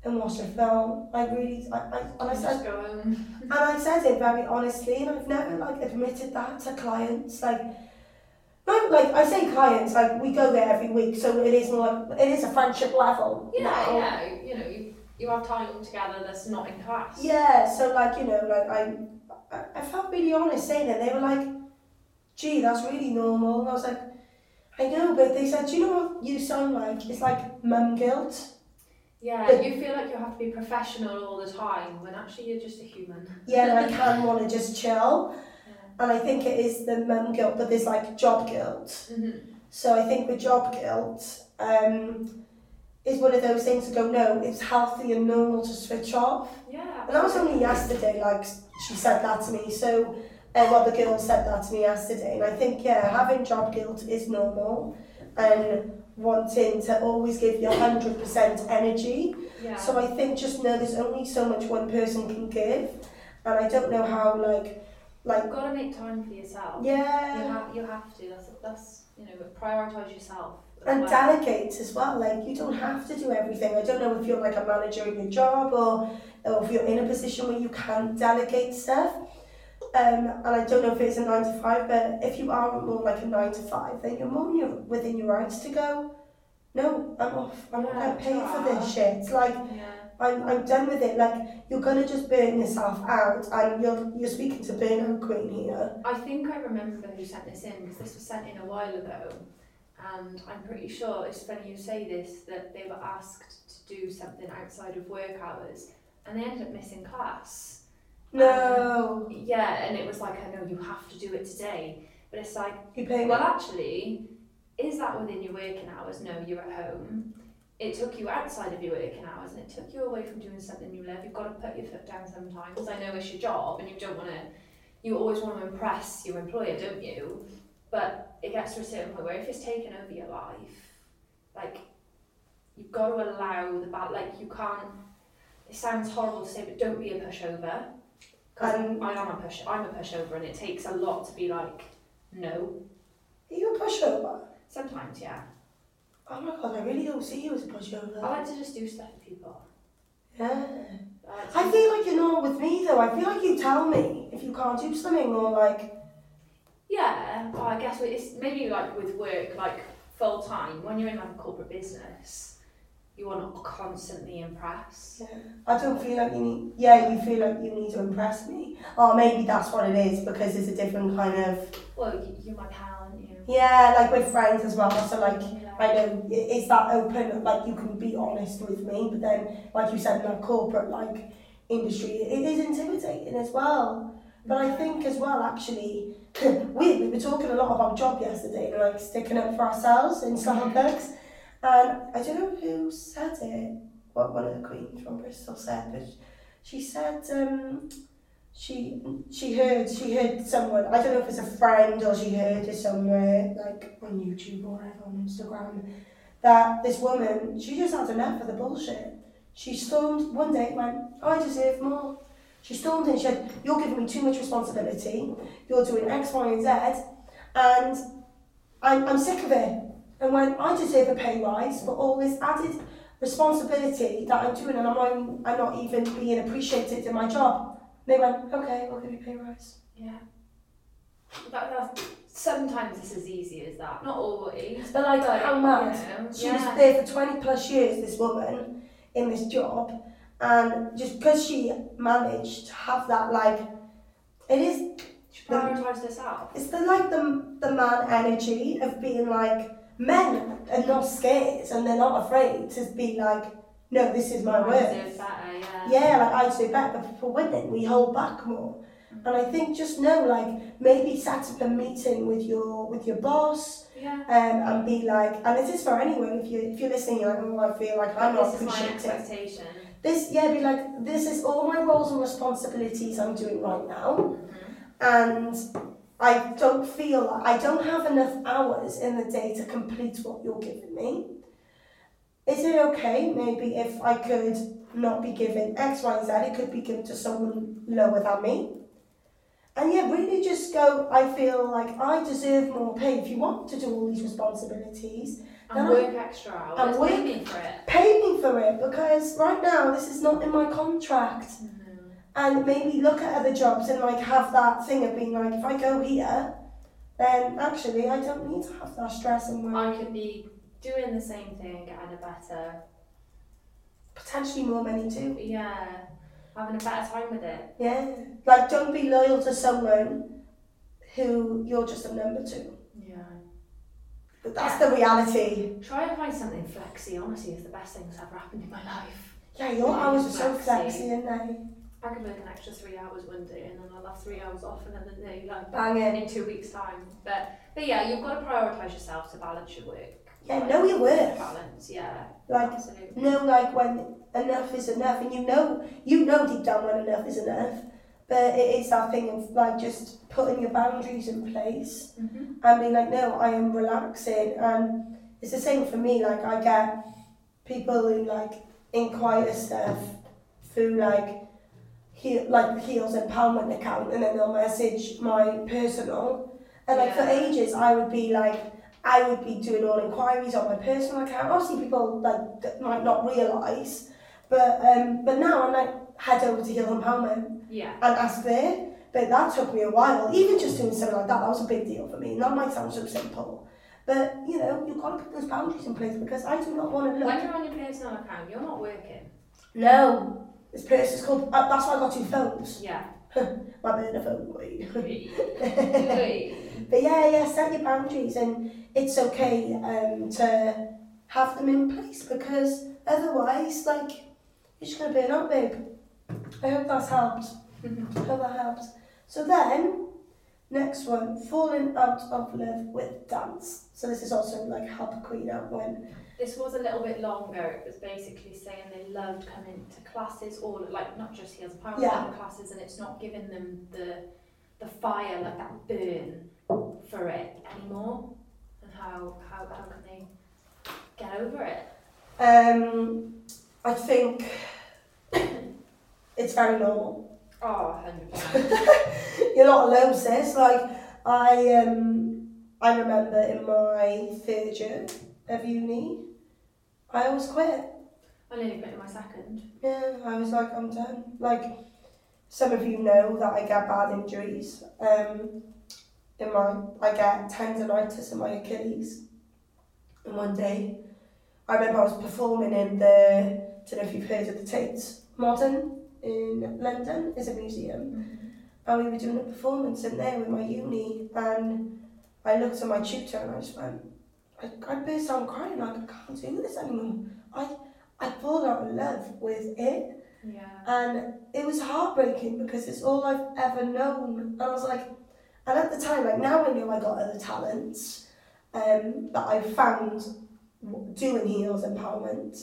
A: and watch a film. I really, I, I, and I
B: Let's
A: said,
B: just go home.
A: and I said it very honestly, and I've never like admitted that to clients. Like, no, like I say clients, like we go there every week, so it is more. It is a friendship level.
B: Yeah,
A: now.
B: yeah. You know, you, you have time together that's not in class.
A: Yeah, so like you know, like I, I, I felt really honest saying it. They were like, "Gee, that's really normal," and I was like, "I know," but they said, "Do you know what you sound like? It's like mum guilt."
B: Yeah,
A: But-
B: you feel like you have to be professional all the time when actually you're just a human.
A: yeah,
B: *laughs*
A: and I can want to just chill. And I think it is the mum guilt, but there's like job guilt.
B: Mhm.
A: So I think with job guilt, um, is one of those things to go, no, it's healthy and normal to switch off.
B: Yeah.
A: And that was only yesterday, like, she said that to me. So, uh, well, the girl said that to me yesterday. And I think, yeah, having job guilt is normal. And wanting to always give your 100% energy.
B: Yeah.
A: So I think just know there's only so much one person can give, and I don't know how like, like
B: You've got to make time for yourself. You
A: yeah,
B: have, you have to. That's, that's you know, prioritize yourself. as
A: and
B: well.
A: delegate as well. Like you don't have to do everything. I don't know if you're like a manager in your job or, or if you're in a position where you can delegate stuff. Um, and I don't know if it's a nine to five, but if you are more like a nine to five, then you're more you're within your rights to go. No, I'm off. I'm not
B: Yeah,
A: gonna pay for
B: yeah.
A: this shit. Like
B: Yeah.
A: I'm, I'm done with it. Like you're gonna just burn yourself out, and you're you're speaking to burnout queen here.
B: I think I remember who sent this in because this was sent in a while ago, and I'm pretty sure it's funny you say this that they were asked to do something outside of work hours, and they ended up missing class.
A: No,
B: Yeah, and it was like, I know you have to do it today, but it's like,
A: Um, you pay.
B: well, actually, is that within your working hours? No, you're at home. It took you outside of your working hours, and it took you away from doing something you love. You've got to put your foot down sometimes. I know it's your job, and you don't want to. You always want to impress your employer, don't you? But it gets to a certain point where if it's taken over your life, like you've got to allow the bad. Like you can't. It sounds horrible to say, but don't be a pushover. 'Cause
A: Um,
B: I am a push. I'm a pushover, and it takes a lot to be like, no,
A: Are you a pushover?
B: Sometimes, yeah.
A: Oh my god, I really don't see you as a pushover.
B: I like to just do stuff with people.
A: yeah.
B: I, like to
A: I feel like you're not with me though. I feel like you tell me if you can't do something or like.
B: yeah, well, I guess it's maybe like with work, like full time. When you're in like a corporate business, you want to constantly impress.
A: I don't feel like you need. Yeah, you feel like you need to impress me. Or maybe that's what it is because it's a different kind of.
B: Well, you, you're my pal, aren't you?
A: Yeah, like with friends as well. So like.
B: Yeah.
A: I know it- it's that open, like you can be honest with me, but then, like you said, in that corporate like industry, it is intimidating as well. But I think as well, actually, *laughs* we, we were talking a lot about job yesterday, and like sticking up for ourselves in Starbucks. And I don't know who said it. What one of the queens from Bristol said, but she said um, she she heard she heard someone. I don't know if it's a friend or she heard it somewhere like on YouTube or whatever on Instagram that this woman, she just had enough of the bullshit. She stormed one day, went, oh, I deserve more. She stormed in, she said, You're giving me too much responsibility, you're doing X, Y, and Z, and I'm, I'm sick of it. And went, I deserve a pay rise for all this added responsibility that I'm doing, and I'm, I'm, I'm not even being appreciated in my job. And they went, Okay, we'll give you a pay rise.
B: Yeah. That, that's, sometimes it's as easy as that. Not always, but like,
A: how mad?
B: you know,
A: She was
B: yeah.
A: there for 20 plus years, this woman, in this job. And just because she managed to have that, like, it is,
B: She prioritised herself.
A: it's the, like, the, the man energy of being like, men are not scared and they're not afraid to be like, no, this is my
B: I
A: worth.
B: deserve better, yeah.
A: Yeah, like I'd say better, but for women, we hold back more. And I think just know, like, maybe set up a meeting with your with your boss,
B: Yeah.
A: um, and be like, and this is for anyone. If you if you're listening, you're like, oh, I feel like I'm not
B: this is my
A: appreciated.
B: expectation.
A: This yeah, be like, this is all my roles and responsibilities I'm doing right now, and I don't feel like I don't have enough hours in the day to complete what you're giving me. Is it okay maybe if I could not be given X, Y, and Z? It could be given to someone lower than me. And yeah, really just go, I feel like I deserve more pay if you want to do all these responsibilities.
B: And
A: No.
B: work extra hours.
A: And work-
B: Pay me for it.
A: pay me for it because right now this is not in my contract.
B: Mm-hmm.
A: And maybe look at other jobs and like have that thing of being like, if I go here, then actually I don't need to have that stress and worry.
B: I could be doing the same thing, getting a better,
A: Potentially more money too.
B: yeah, having a better time with it.
A: Yeah. Like don't be loyal to someone who you're just a number to.
B: Yeah.
A: But that's the reality.
B: Try and find something flexy. Honestly, it's the best thing that's ever happened in my life.
A: Yeah, your
B: Yeah,
A: hours are so
B: flexi.
A: flexy, aren't they?
B: I could work an extra three hours one day, and then I'll have three hours off another day, like
A: Banging.
B: in two weeks' time. But but yeah, you've got to prioritise yourself to balance your work.
A: Yeah, know your worth.
B: Balance, yeah.
A: Like
B: Absolutely.
A: know like when enough is enough and you know you know deep down when enough is enough but it is that thing of like just putting your boundaries in place
B: Mhm.
A: and being like no i am relaxing and it's the same for me like i get people who like inquire stuff through like he, like heels empowerment account and then they'll message my personal and like for
B: Yeah.
A: ages i would be like I would be doing all inquiries on my personal account. Obviously, people like that might not realise, but um, but now I'm like head over to Hill and Palmer
B: Yeah.
A: and ask there But that took me a while. Even just doing something like that, that was a big deal for me. And that might sound so simple. But, you know, you've got to put those boundaries in place because I do not want to look.
B: When you're on your personal account, you're not working.
A: No. This person's called. Uh, that's why I got two phones.
B: Yeah.
A: My burner phone. boy. *laughs*
B: *laughs* Really.
A: But yeah, yeah, set your boundaries and it's okay um, to have them in place because otherwise, like, you're just going to burn out, babe. I hope that's helped. I hope that helps. So then, next one, falling out of love with dance. So this is also like help a queen out when.
B: this was a little bit longer. It was basically saying they loved coming to classes or like not just heels apart, but
A: Yeah.
B: other classes, and it's not giving them the the fire like that burn for it anymore. And how how how can they get over it?
A: Um, I think *coughs* it's very normal.
B: Oh, 100%.
A: You're not alone, sis. Like I um I remember in my third year of uni, I always quit.
B: I nearly quit in my second.
A: Yeah, I was like, I'm done. Like some of you know that I get bad injuries. Um in my I get tendonitis in my Achilles. And one day I remember I was performing in the don't know if you've heard of the Tate Modern in London, is a museum. and we were doing a performance in there with my uni and I looked at my tutor and I just went I, I burst out crying like I can't do this anymore I I fall out of love with it
B: Yeah.
A: and it was heartbreaking because it's all I've ever known and I was like and at the time like now I know I got other talents um that I found w- doing heels empowerment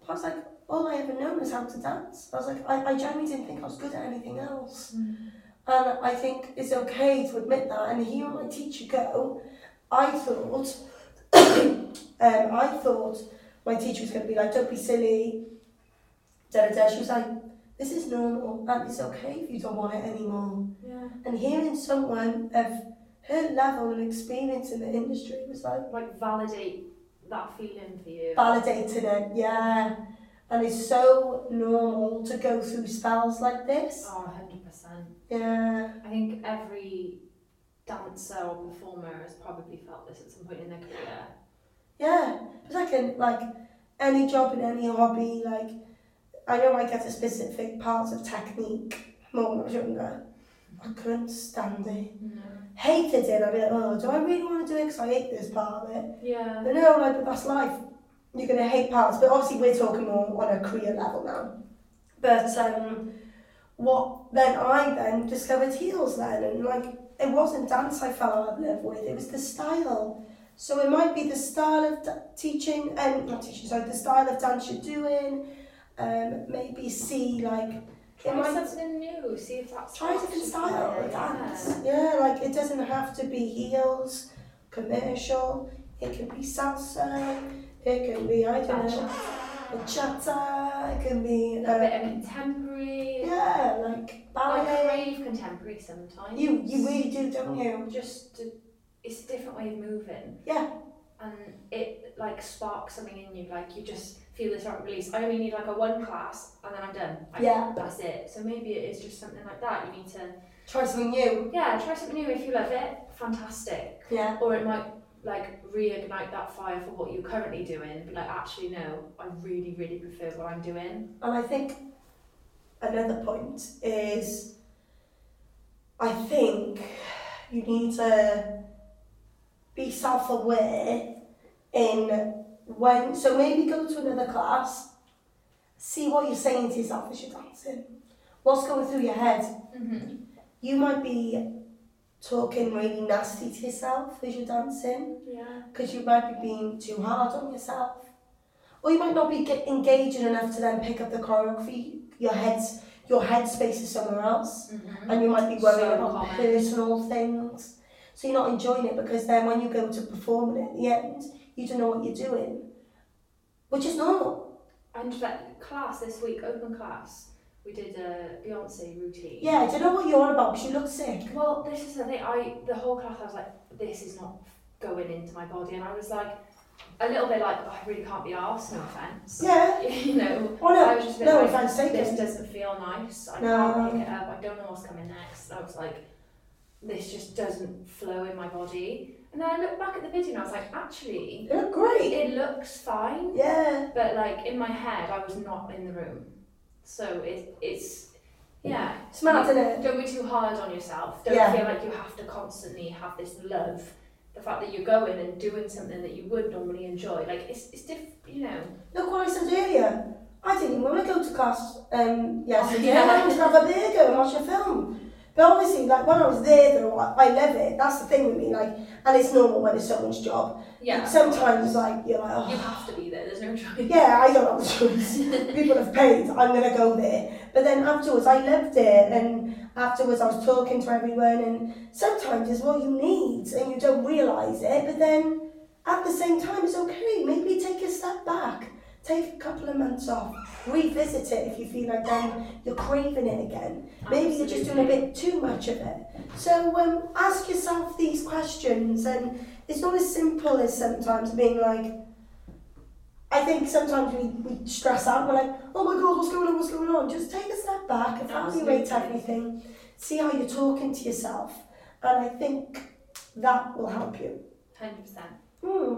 A: but I was like all I ever known was how to dance I was like I, I genuinely didn't think I was good at anything else and I think it's okay to admit that. And here my teacher go, I thought, *coughs* um, I thought my teacher was going to be like, don't be silly, da da da. She was like, this is normal and it's okay if you don't want it anymore.
B: Yeah.
A: And hearing someone of her level and experience in the industry was like
B: Like validate that feeling for you.
A: validating it, yeah. And it's so normal to go through spells like this.
B: Oh, 100%.
A: Yeah,
B: I think every dancer or performer has probably felt this at some point in their career.
A: Yeah, it's like in like any job in any hobby. Like I know I get a specific part of technique more when I was younger. I couldn't stand it. Mm-hmm. Hated it. I'd be like, oh, do I really want to do it? Because I hate this part of it.
B: Yeah.
A: But no, like, but that's life. You're gonna hate parts. But obviously, we're talking more on a career level now. But um, what then? I then discovered heels then, and like it wasn't dance I fell out of love with. It was the style. So it might be the style of da- teaching, and um, not teaching. Sorry, the style of dance you're doing. Um, maybe see like
B: Try
A: might-
B: something new. See if that's
A: try a different style of dance. Yeah, like it doesn't have to be heels, commercial. It can be salsa. It can be I don't know, bachata. It can be
B: A bit of
A: um,
B: contemporary.
A: yeah, like
B: I
A: ballet.
B: crave contemporary sometimes.
A: You you really do, don't you?
B: just to, it's a different way of moving.
A: Yeah.
B: And it like sparks something in you. Like you just feel this right release. I only need like a one class and then I'm done. I-
A: Yeah.
B: That's it. So maybe it is just something like that. You need to
A: Try something new.
B: yeah try something new. If you love it, fantastic.
A: Yeah,
B: or it might like reignite that fire for what you're currently doing be like actually no i really really prefer what i'm doing
A: and I think another point is, I think you need to be self-aware in when. So maybe go to another class, see what you're saying to yourself as you're dancing. What's going through your head?
B: mm-hmm.
A: You might be talking really nasty to yourself as you're dancing.
B: yeah
A: because you might be being too hard on yourself, or you might not be get engaging enough to then pick up the choreography. Your head's your headspace is somewhere else,
B: mm-hmm.
A: and you might be worrying
B: So
A: about
B: common.
A: personal things. So you're not enjoying it because then when you go to perform it at the end, you don't know what you're doing, which is normal.
B: and that class this week open class we did a beyonce routine
A: Yeah, I don't know what you're on about because you look sick.
B: well this is the thing i the whole class i was like this is not going into my body and i was like a little bit like, oh, I really can't be arsed, no offence.
A: Yeah.
B: *laughs* you know,
A: Oh
B: I
A: no,
B: was just a bit
A: no
B: like,
A: offence
B: this
A: taken.
B: doesn't feel nice. I
A: No.
B: can't pick it up. I don't know what's coming next. And I was like, this just doesn't flow in my body. And then I looked back at the video and I was like, actually,
A: They look great.
B: it looks fine.
A: Yeah.
B: But like in my head, I was not in the room. So it, it's, yeah.
A: Smart, isn't it?
B: Don't be too hard on yourself. Don't
A: Yeah.
B: feel like you have to constantly have this love. The fact that you're going and doing something that you would normally enjoy, like it's it's diff, you know.
A: Look what I said earlier. I didn't even want to go to class um, yesterday.
B: Oh, Yeah.
A: I wanted to have a burger and watch a film. But obviously, like when I was there, though, I, I love it. That's the thing with me. Like, and it's normal when it's someone's job.
B: Yeah.
A: Sometimes, like you're like,
B: you
A: oh,
B: have to be there. There's no *laughs*
A: *laughs*
B: choice.
A: yeah, I don't have a choice. People have paid. I'm gonna go there. But then afterwards, I loved it. And afterwards, I was talking to everyone. And sometimes it's what you need, and you don't realise it. But then at the same time, it's okay. Maybe take a step back. Take a couple of months off. Revisit it if you feel like then you're craving it again. Maybe you're just doing a bit too much of it. So um, ask yourself these questions, and it's not as simple as sometimes being like. I think sometimes we, we stress out. We're like, oh my god, what's going on? What's going on? Just take a step back, evaluate
B: Absolutely.
A: everything, see how you're talking to yourself, and I think that will help you.
B: Hundred percent.
A: Hmm.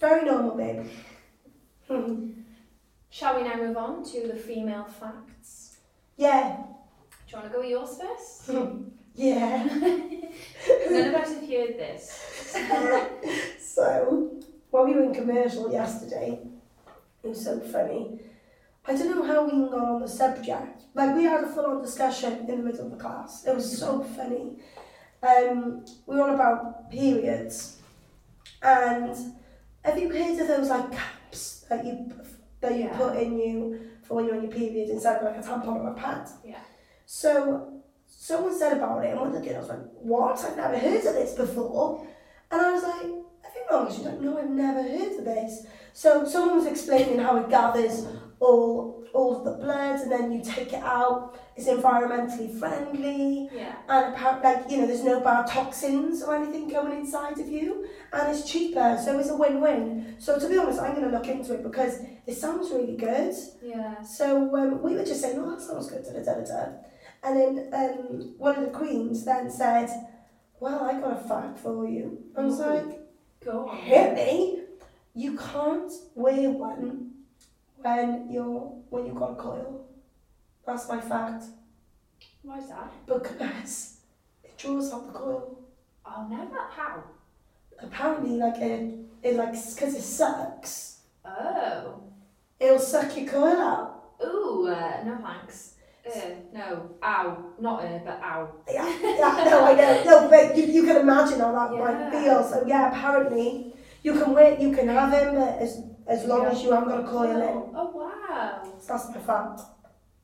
A: Very normal, babe. Hmm.
B: Shall we now move on to the female facts?
A: Yeah,
B: Do you want to go with yours first? *laughs*
A: yeah.
B: None of us have heard this.
A: *laughs* So, when we were in commercial yesterday, it was so funny. I don't know how we even got on the subject. Like, we had a full on discussion in the middle of the class. It was so funny. Um, we were on about periods. And have you heard of those, like, caps that you, that you
B: Yeah.
A: put in you for when you're on your period instead of, like, a tampon or a pad?
B: Yeah.
A: So, someone said about it, and one of the girls went, What? I've never heard of this before. And I was like, have you not? She's like, no, I've never heard of this. So someone was explaining how it gathers all all of the blood and then you take it out. It's environmentally friendly
B: yeah.
A: and apparently, like you know, there's no bad toxins or anything going inside of you, and it's cheaper, so it's a win-win. So to be honest, I'm going to look into it because it sounds really good.
B: Yeah.
A: So um, we were just saying, oh, that sounds good, da da da da da. And then um, one of the queens then said, well, I got a fact for you. I was like,
B: Go on.
A: hit me. You can't wear one when you're when you've got a coil. That's my fact.
B: Why is that?
A: Because *laughs* it draws out the coil.
B: Oh, never. How?
A: Apparently, like it, it like because it sucks,
B: Oh.
A: it'll suck your coil out.
B: Ooh. Uh, no thanks. Uh, no. Ow. Not uh, but ow. *laughs*
A: Yeah, *laughs* yeah, no, I know, no, but you, you can imagine how that might
B: Yeah.
A: feel. So yeah, apparently you can wear, you can have him, but as as long as you haven't got a coil
B: Oh, oh wow.
A: in. That's my fact.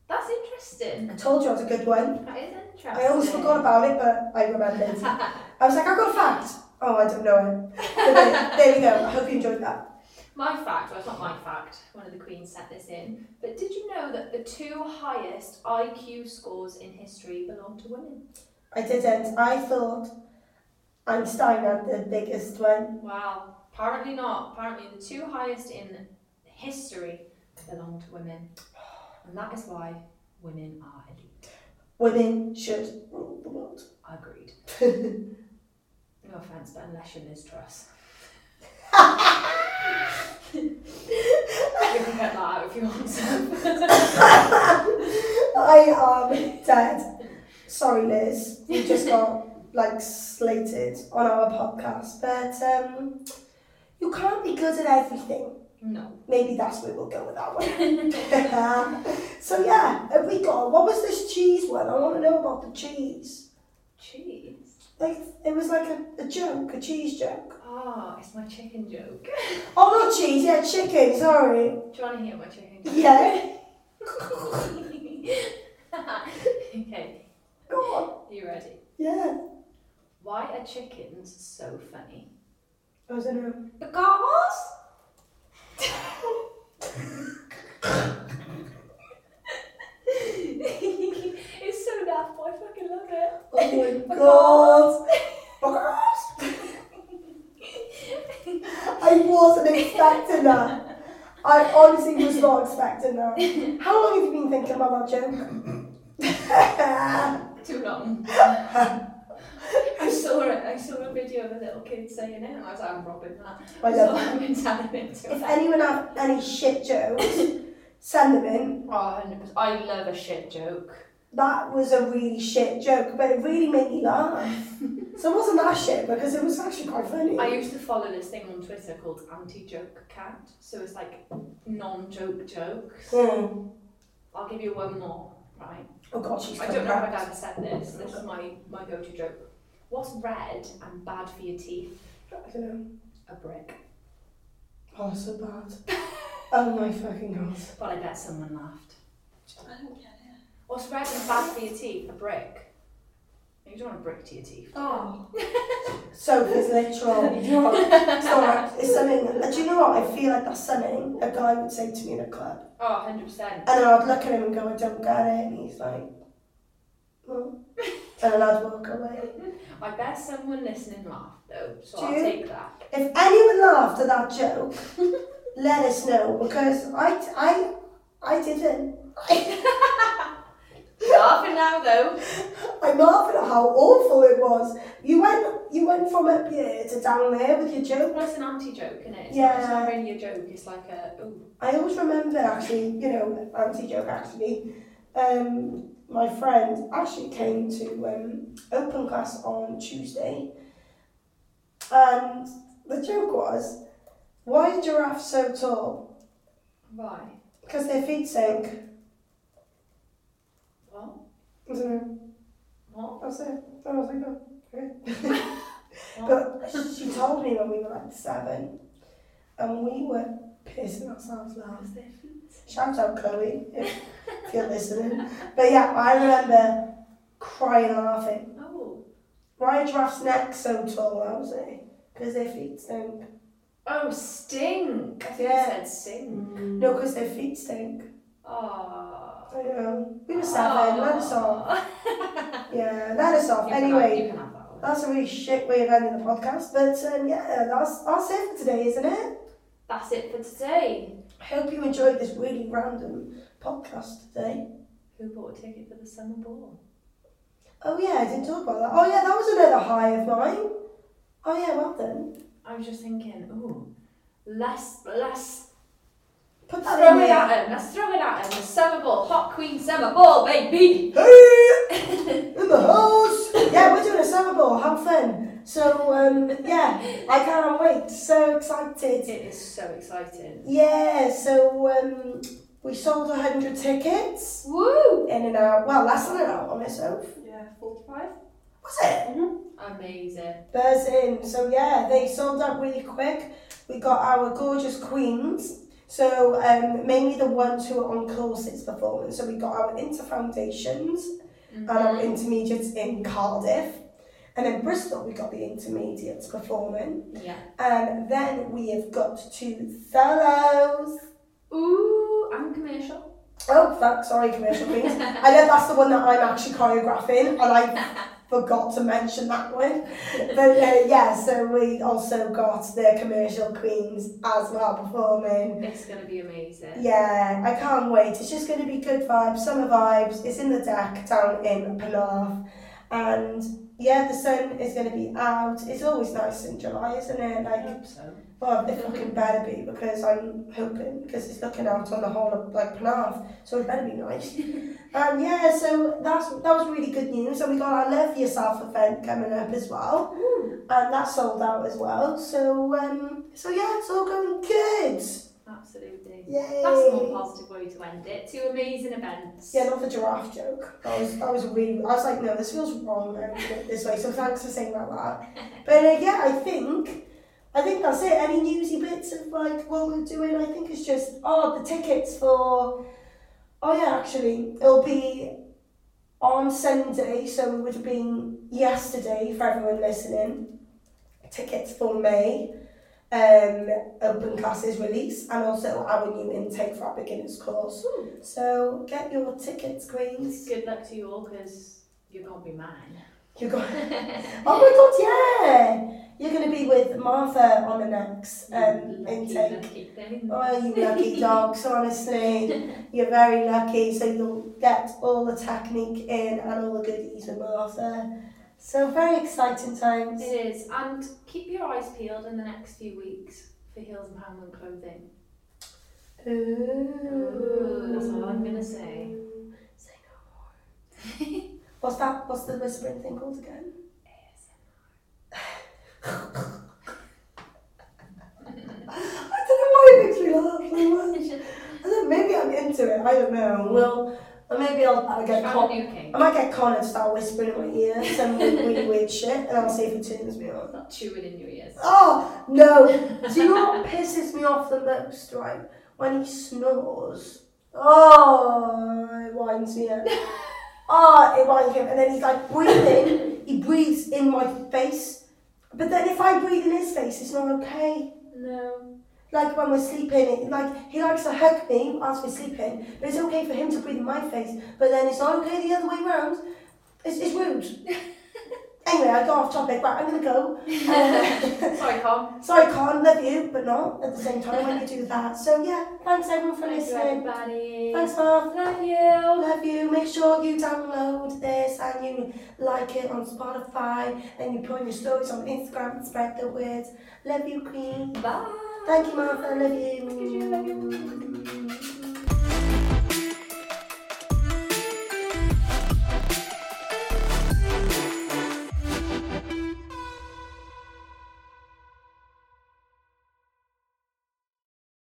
B: That's interesting.
A: I told you I was a good one.
B: That is interesting.
A: I almost forgot about it, but I remembered. I was like, I've got a fact. Oh, I don't know it. But there, there we go. I hope you enjoyed that.
B: My fact, well, it's not my fact, one of the queens sent this in, but did you know that the two highest IQ scores in history belong to women?
A: I didn't. I thought Einstein had the biggest one.
B: Wow, apparently not. Apparently, the two highest in history belong to women. And that is why women are elite.
A: Women should rule the world.
B: Agreed. No offence, but unless you're Liz Truss. *laughs* you can get that out if you want to. *laughs*
A: I am dead. Sorry, Liz. We just got like slated on our podcast, but um, you can't be good at everything.
B: no.
A: Maybe that's where we'll go with that one. *laughs* so yeah, have we got what was this cheese one? I want to know about the cheese.
B: Cheese.
A: Like it was like a, a joke, a cheese joke.
B: Ah, it's my chicken joke. *laughs*
A: Oh, not cheese. Yeah, chicken. Sorry.
B: Do you want to hear my chicken joke?
A: Yeah.
B: *laughs* okay,
A: Go on.
B: you ready?
A: Yeah.
B: Why are chickens so funny?
A: I was in a *laughs* room.
B: Because. it's so naff, but I fucking love it.
A: Oh my
B: Because.
A: god. Because *laughs* I was honestly was not expecting that. How long have you been thinking about *laughs* that joke?
B: Too long. I saw it. I saw a video of a little kid saying it, and I was like, I'm robbing that.
A: I
B: so
A: love
B: I've been telling it to
A: If
B: her.
A: anyone have any shit jokes, send them in.
C: Oh, 100%. I love a shit joke.
A: That was a really shit joke, but it really made me laugh. so it wasn't that shit because it was actually quite funny.
B: I used to follow this thing on Twitter called anti-joke cat. So it's like non-joke jokes.
A: Hmm.
B: I'll give you one more, right?
A: Oh god, she's
B: I
A: coming
B: don't know if
A: back.
B: my dad said this. This is my, my go-to joke. What's red and bad for your teeth?
A: I don't know.
B: A brick.
A: Oh, so bad. oh my fucking god.
B: But I bet someone laughed.
C: I don't get it.
B: What's red and bad for your teeth? A brick. You don't want a brick to your teeth.
C: Oh.
A: So it's literal. You know what? It's not right. It's something. Do you know what? I feel like that's something a guy would say to me in a club.
B: Oh, 100%.
A: And then I'd look at him and go, I don't get it. And he's like, well. And then I'd walk away.
B: *laughs* I bet someone listening laughed though, so
A: Do
B: I'll
A: you?
B: take that.
A: If anyone laughed at that joke, let us know because I, I, I didn't.
B: Laughing now though.
A: I'm laughing at how awful it was. You went, you went from up here to down there with your joke.
B: Well, it's an anti-joke, isn't it? It's not- It's
A: Yeah.
B: not really a joke, it's like a, oh, ooh.
A: I always remember actually, you know, anti joke actually. Um, my friend actually came to um, open class on Tuesday, and the joke was, why are giraffes so tall?
B: Why?
A: Because their feet sink.
B: What?
A: I don't know.
B: What?
A: That's it. I was like, oh, okay. *laughs*
B: What?
A: but she told me when we were like seven, and we were pissing ourselves laughing.
B: What's their feet?
A: Shout out Chloe if, if you're listening. But yeah, I remember crying laughing.
B: Oh.
A: Why are giraffes' necks so tall? I was like, because their feet stink.
B: Oh, stink. I think
A: Yeah.
B: yeah. said sing.
A: No, because their feet stink.
B: Oh.
A: I know. We were seven. Let us
B: *laughs*
A: off. Yeah, let us off.
B: You can have-
A: Anyway.
B: you can have that one.
A: That's a really shit way of ending the podcast, but um, yeah, that's that's it for today, isn't it?
B: That's it for today.
A: I hope you enjoyed this really random podcast today.
B: Who bought a ticket for the summer ball?
A: Oh yeah, I didn't talk about that. Oh yeah, that was another high of mine. Oh yeah, well done.
B: I was just thinking, ooh, let's let's
A: Put that
B: throw
A: in
B: it
A: there.
B: at him. Let's throw it at him. The summer ball, hot queen summer ball, baby. *laughs*
A: Hey, in the house. yeah, we're doing a summer ball. Have fun. So um, yeah, I can't wait. So excited.
B: It is so exciting.
A: Yeah. So um, we sold hundred tickets
B: Woo!
A: in an hour. Well, less than an hour on itself.
C: Yeah, Um, 45.
A: Was it?
B: Amazing.
A: Buzz in. So yeah, they sold out really quick. We got our gorgeous queens. So um, mainly the ones who are on courses performing. So we got our inter foundations and our intermediates in Cardiff. And in Bristol we got the intermediates performing.
B: Yeah.
A: And then we have got to fellows.
B: Ooh, I'm commercial.
A: Oh fuck, sorry commercial
B: *laughs*
A: queens. I know that's the one that I'm actually choreographing and I forgot to mention that one. But uh, yeah, so we also got the commercial queens as well performing.
B: It's gonna be amazing.
A: Yeah, I can't wait. It's just going to be good vibes, summer vibes. It's in the deck down in Penarth. And yeah, the sun is going to be out. It's always nice in July, isn't it?
B: I
A: Like,
B: hope so.
A: well, it fucking better be because I'm hoping because it's looking out on the whole of like Penarth, so it better be nice. um, yeah, so that's that was really good news, and we got our Love Yourself event coming up as well, and that sold out as well. So um, so yeah, it's all going good.
B: Absolutely.
A: Yay!
B: That's one positive way to end it. Two amazing events.
A: yeah, not the giraffe joke. That was that was really. I was like, no, this feels wrong. I'm doing it this way. So thanks for saying that. that. But uh, yeah, I think I think that's it. Any newsy bits of like what we're doing? I think it's just oh the tickets for oh yeah actually it'll be on Sunday. So it would have been yesterday for everyone listening. Tickets for May. Um, open classes release and also our new intake for our beginners course.
B: Ooh.
A: So get your tickets,
B: It's
A: Queens.
B: Good luck to you all because you're going to be mine. *laughs*
A: You're going, oh my god, yeah! You're going to be with Martha on the next um, intake. Oh, you lucky dogs, honestly. You're very lucky. So you'll get all the technique in and all the goodies with Martha. So very exciting times.
B: It is, and keep your eyes peeled in the next few weeks for Heels and Hamlin clothing.
A: Ooh.
B: that's all I'm gonna say.
A: Say no
B: *laughs*
A: more. What's that? What's the whispering thing called again? *laughs* I don't know why it makes me laugh so
B: *laughs*
A: much. I don't, maybe I'm into it. I don't know. Well, or maybe I'll, I'll get
B: Try
A: caught.
B: the new cake.
A: I might get Connor to start whispering in my ear some really, really weird shit, and I'll see if it turns me on.
B: Chew it in your ears.
A: Oh no! Do you know what pisses me off the most? Right when he snores. Oh, it winds me up. Oh, it winds me up, and then he's like breathing. He breathes in my face, but then if I breathe in his face, it's not okay
B: No.
A: like when we're sleeping, it, like he likes to hug me whilst we're sleeping, but it's okay for him to breathe in my face, but then it's not okay the other way round. It's, it's rude. anyway, I got off topic, but I'm gonna go. Uh,
B: Sorry, Tom.
A: sorry, Con, love you, but not at the same time when you do that. So yeah, thanks everyone for
B: Thank you,
A: listening.
B: everybody.
A: Thanks, Marv.
B: Love you.
A: Love you. Make sure you download this and you like it on Spotify and you put in your stories on Instagram and spread the word. Love you, Queen.
B: Bye.
A: Thank you, Martha. Love you.
B: Love you.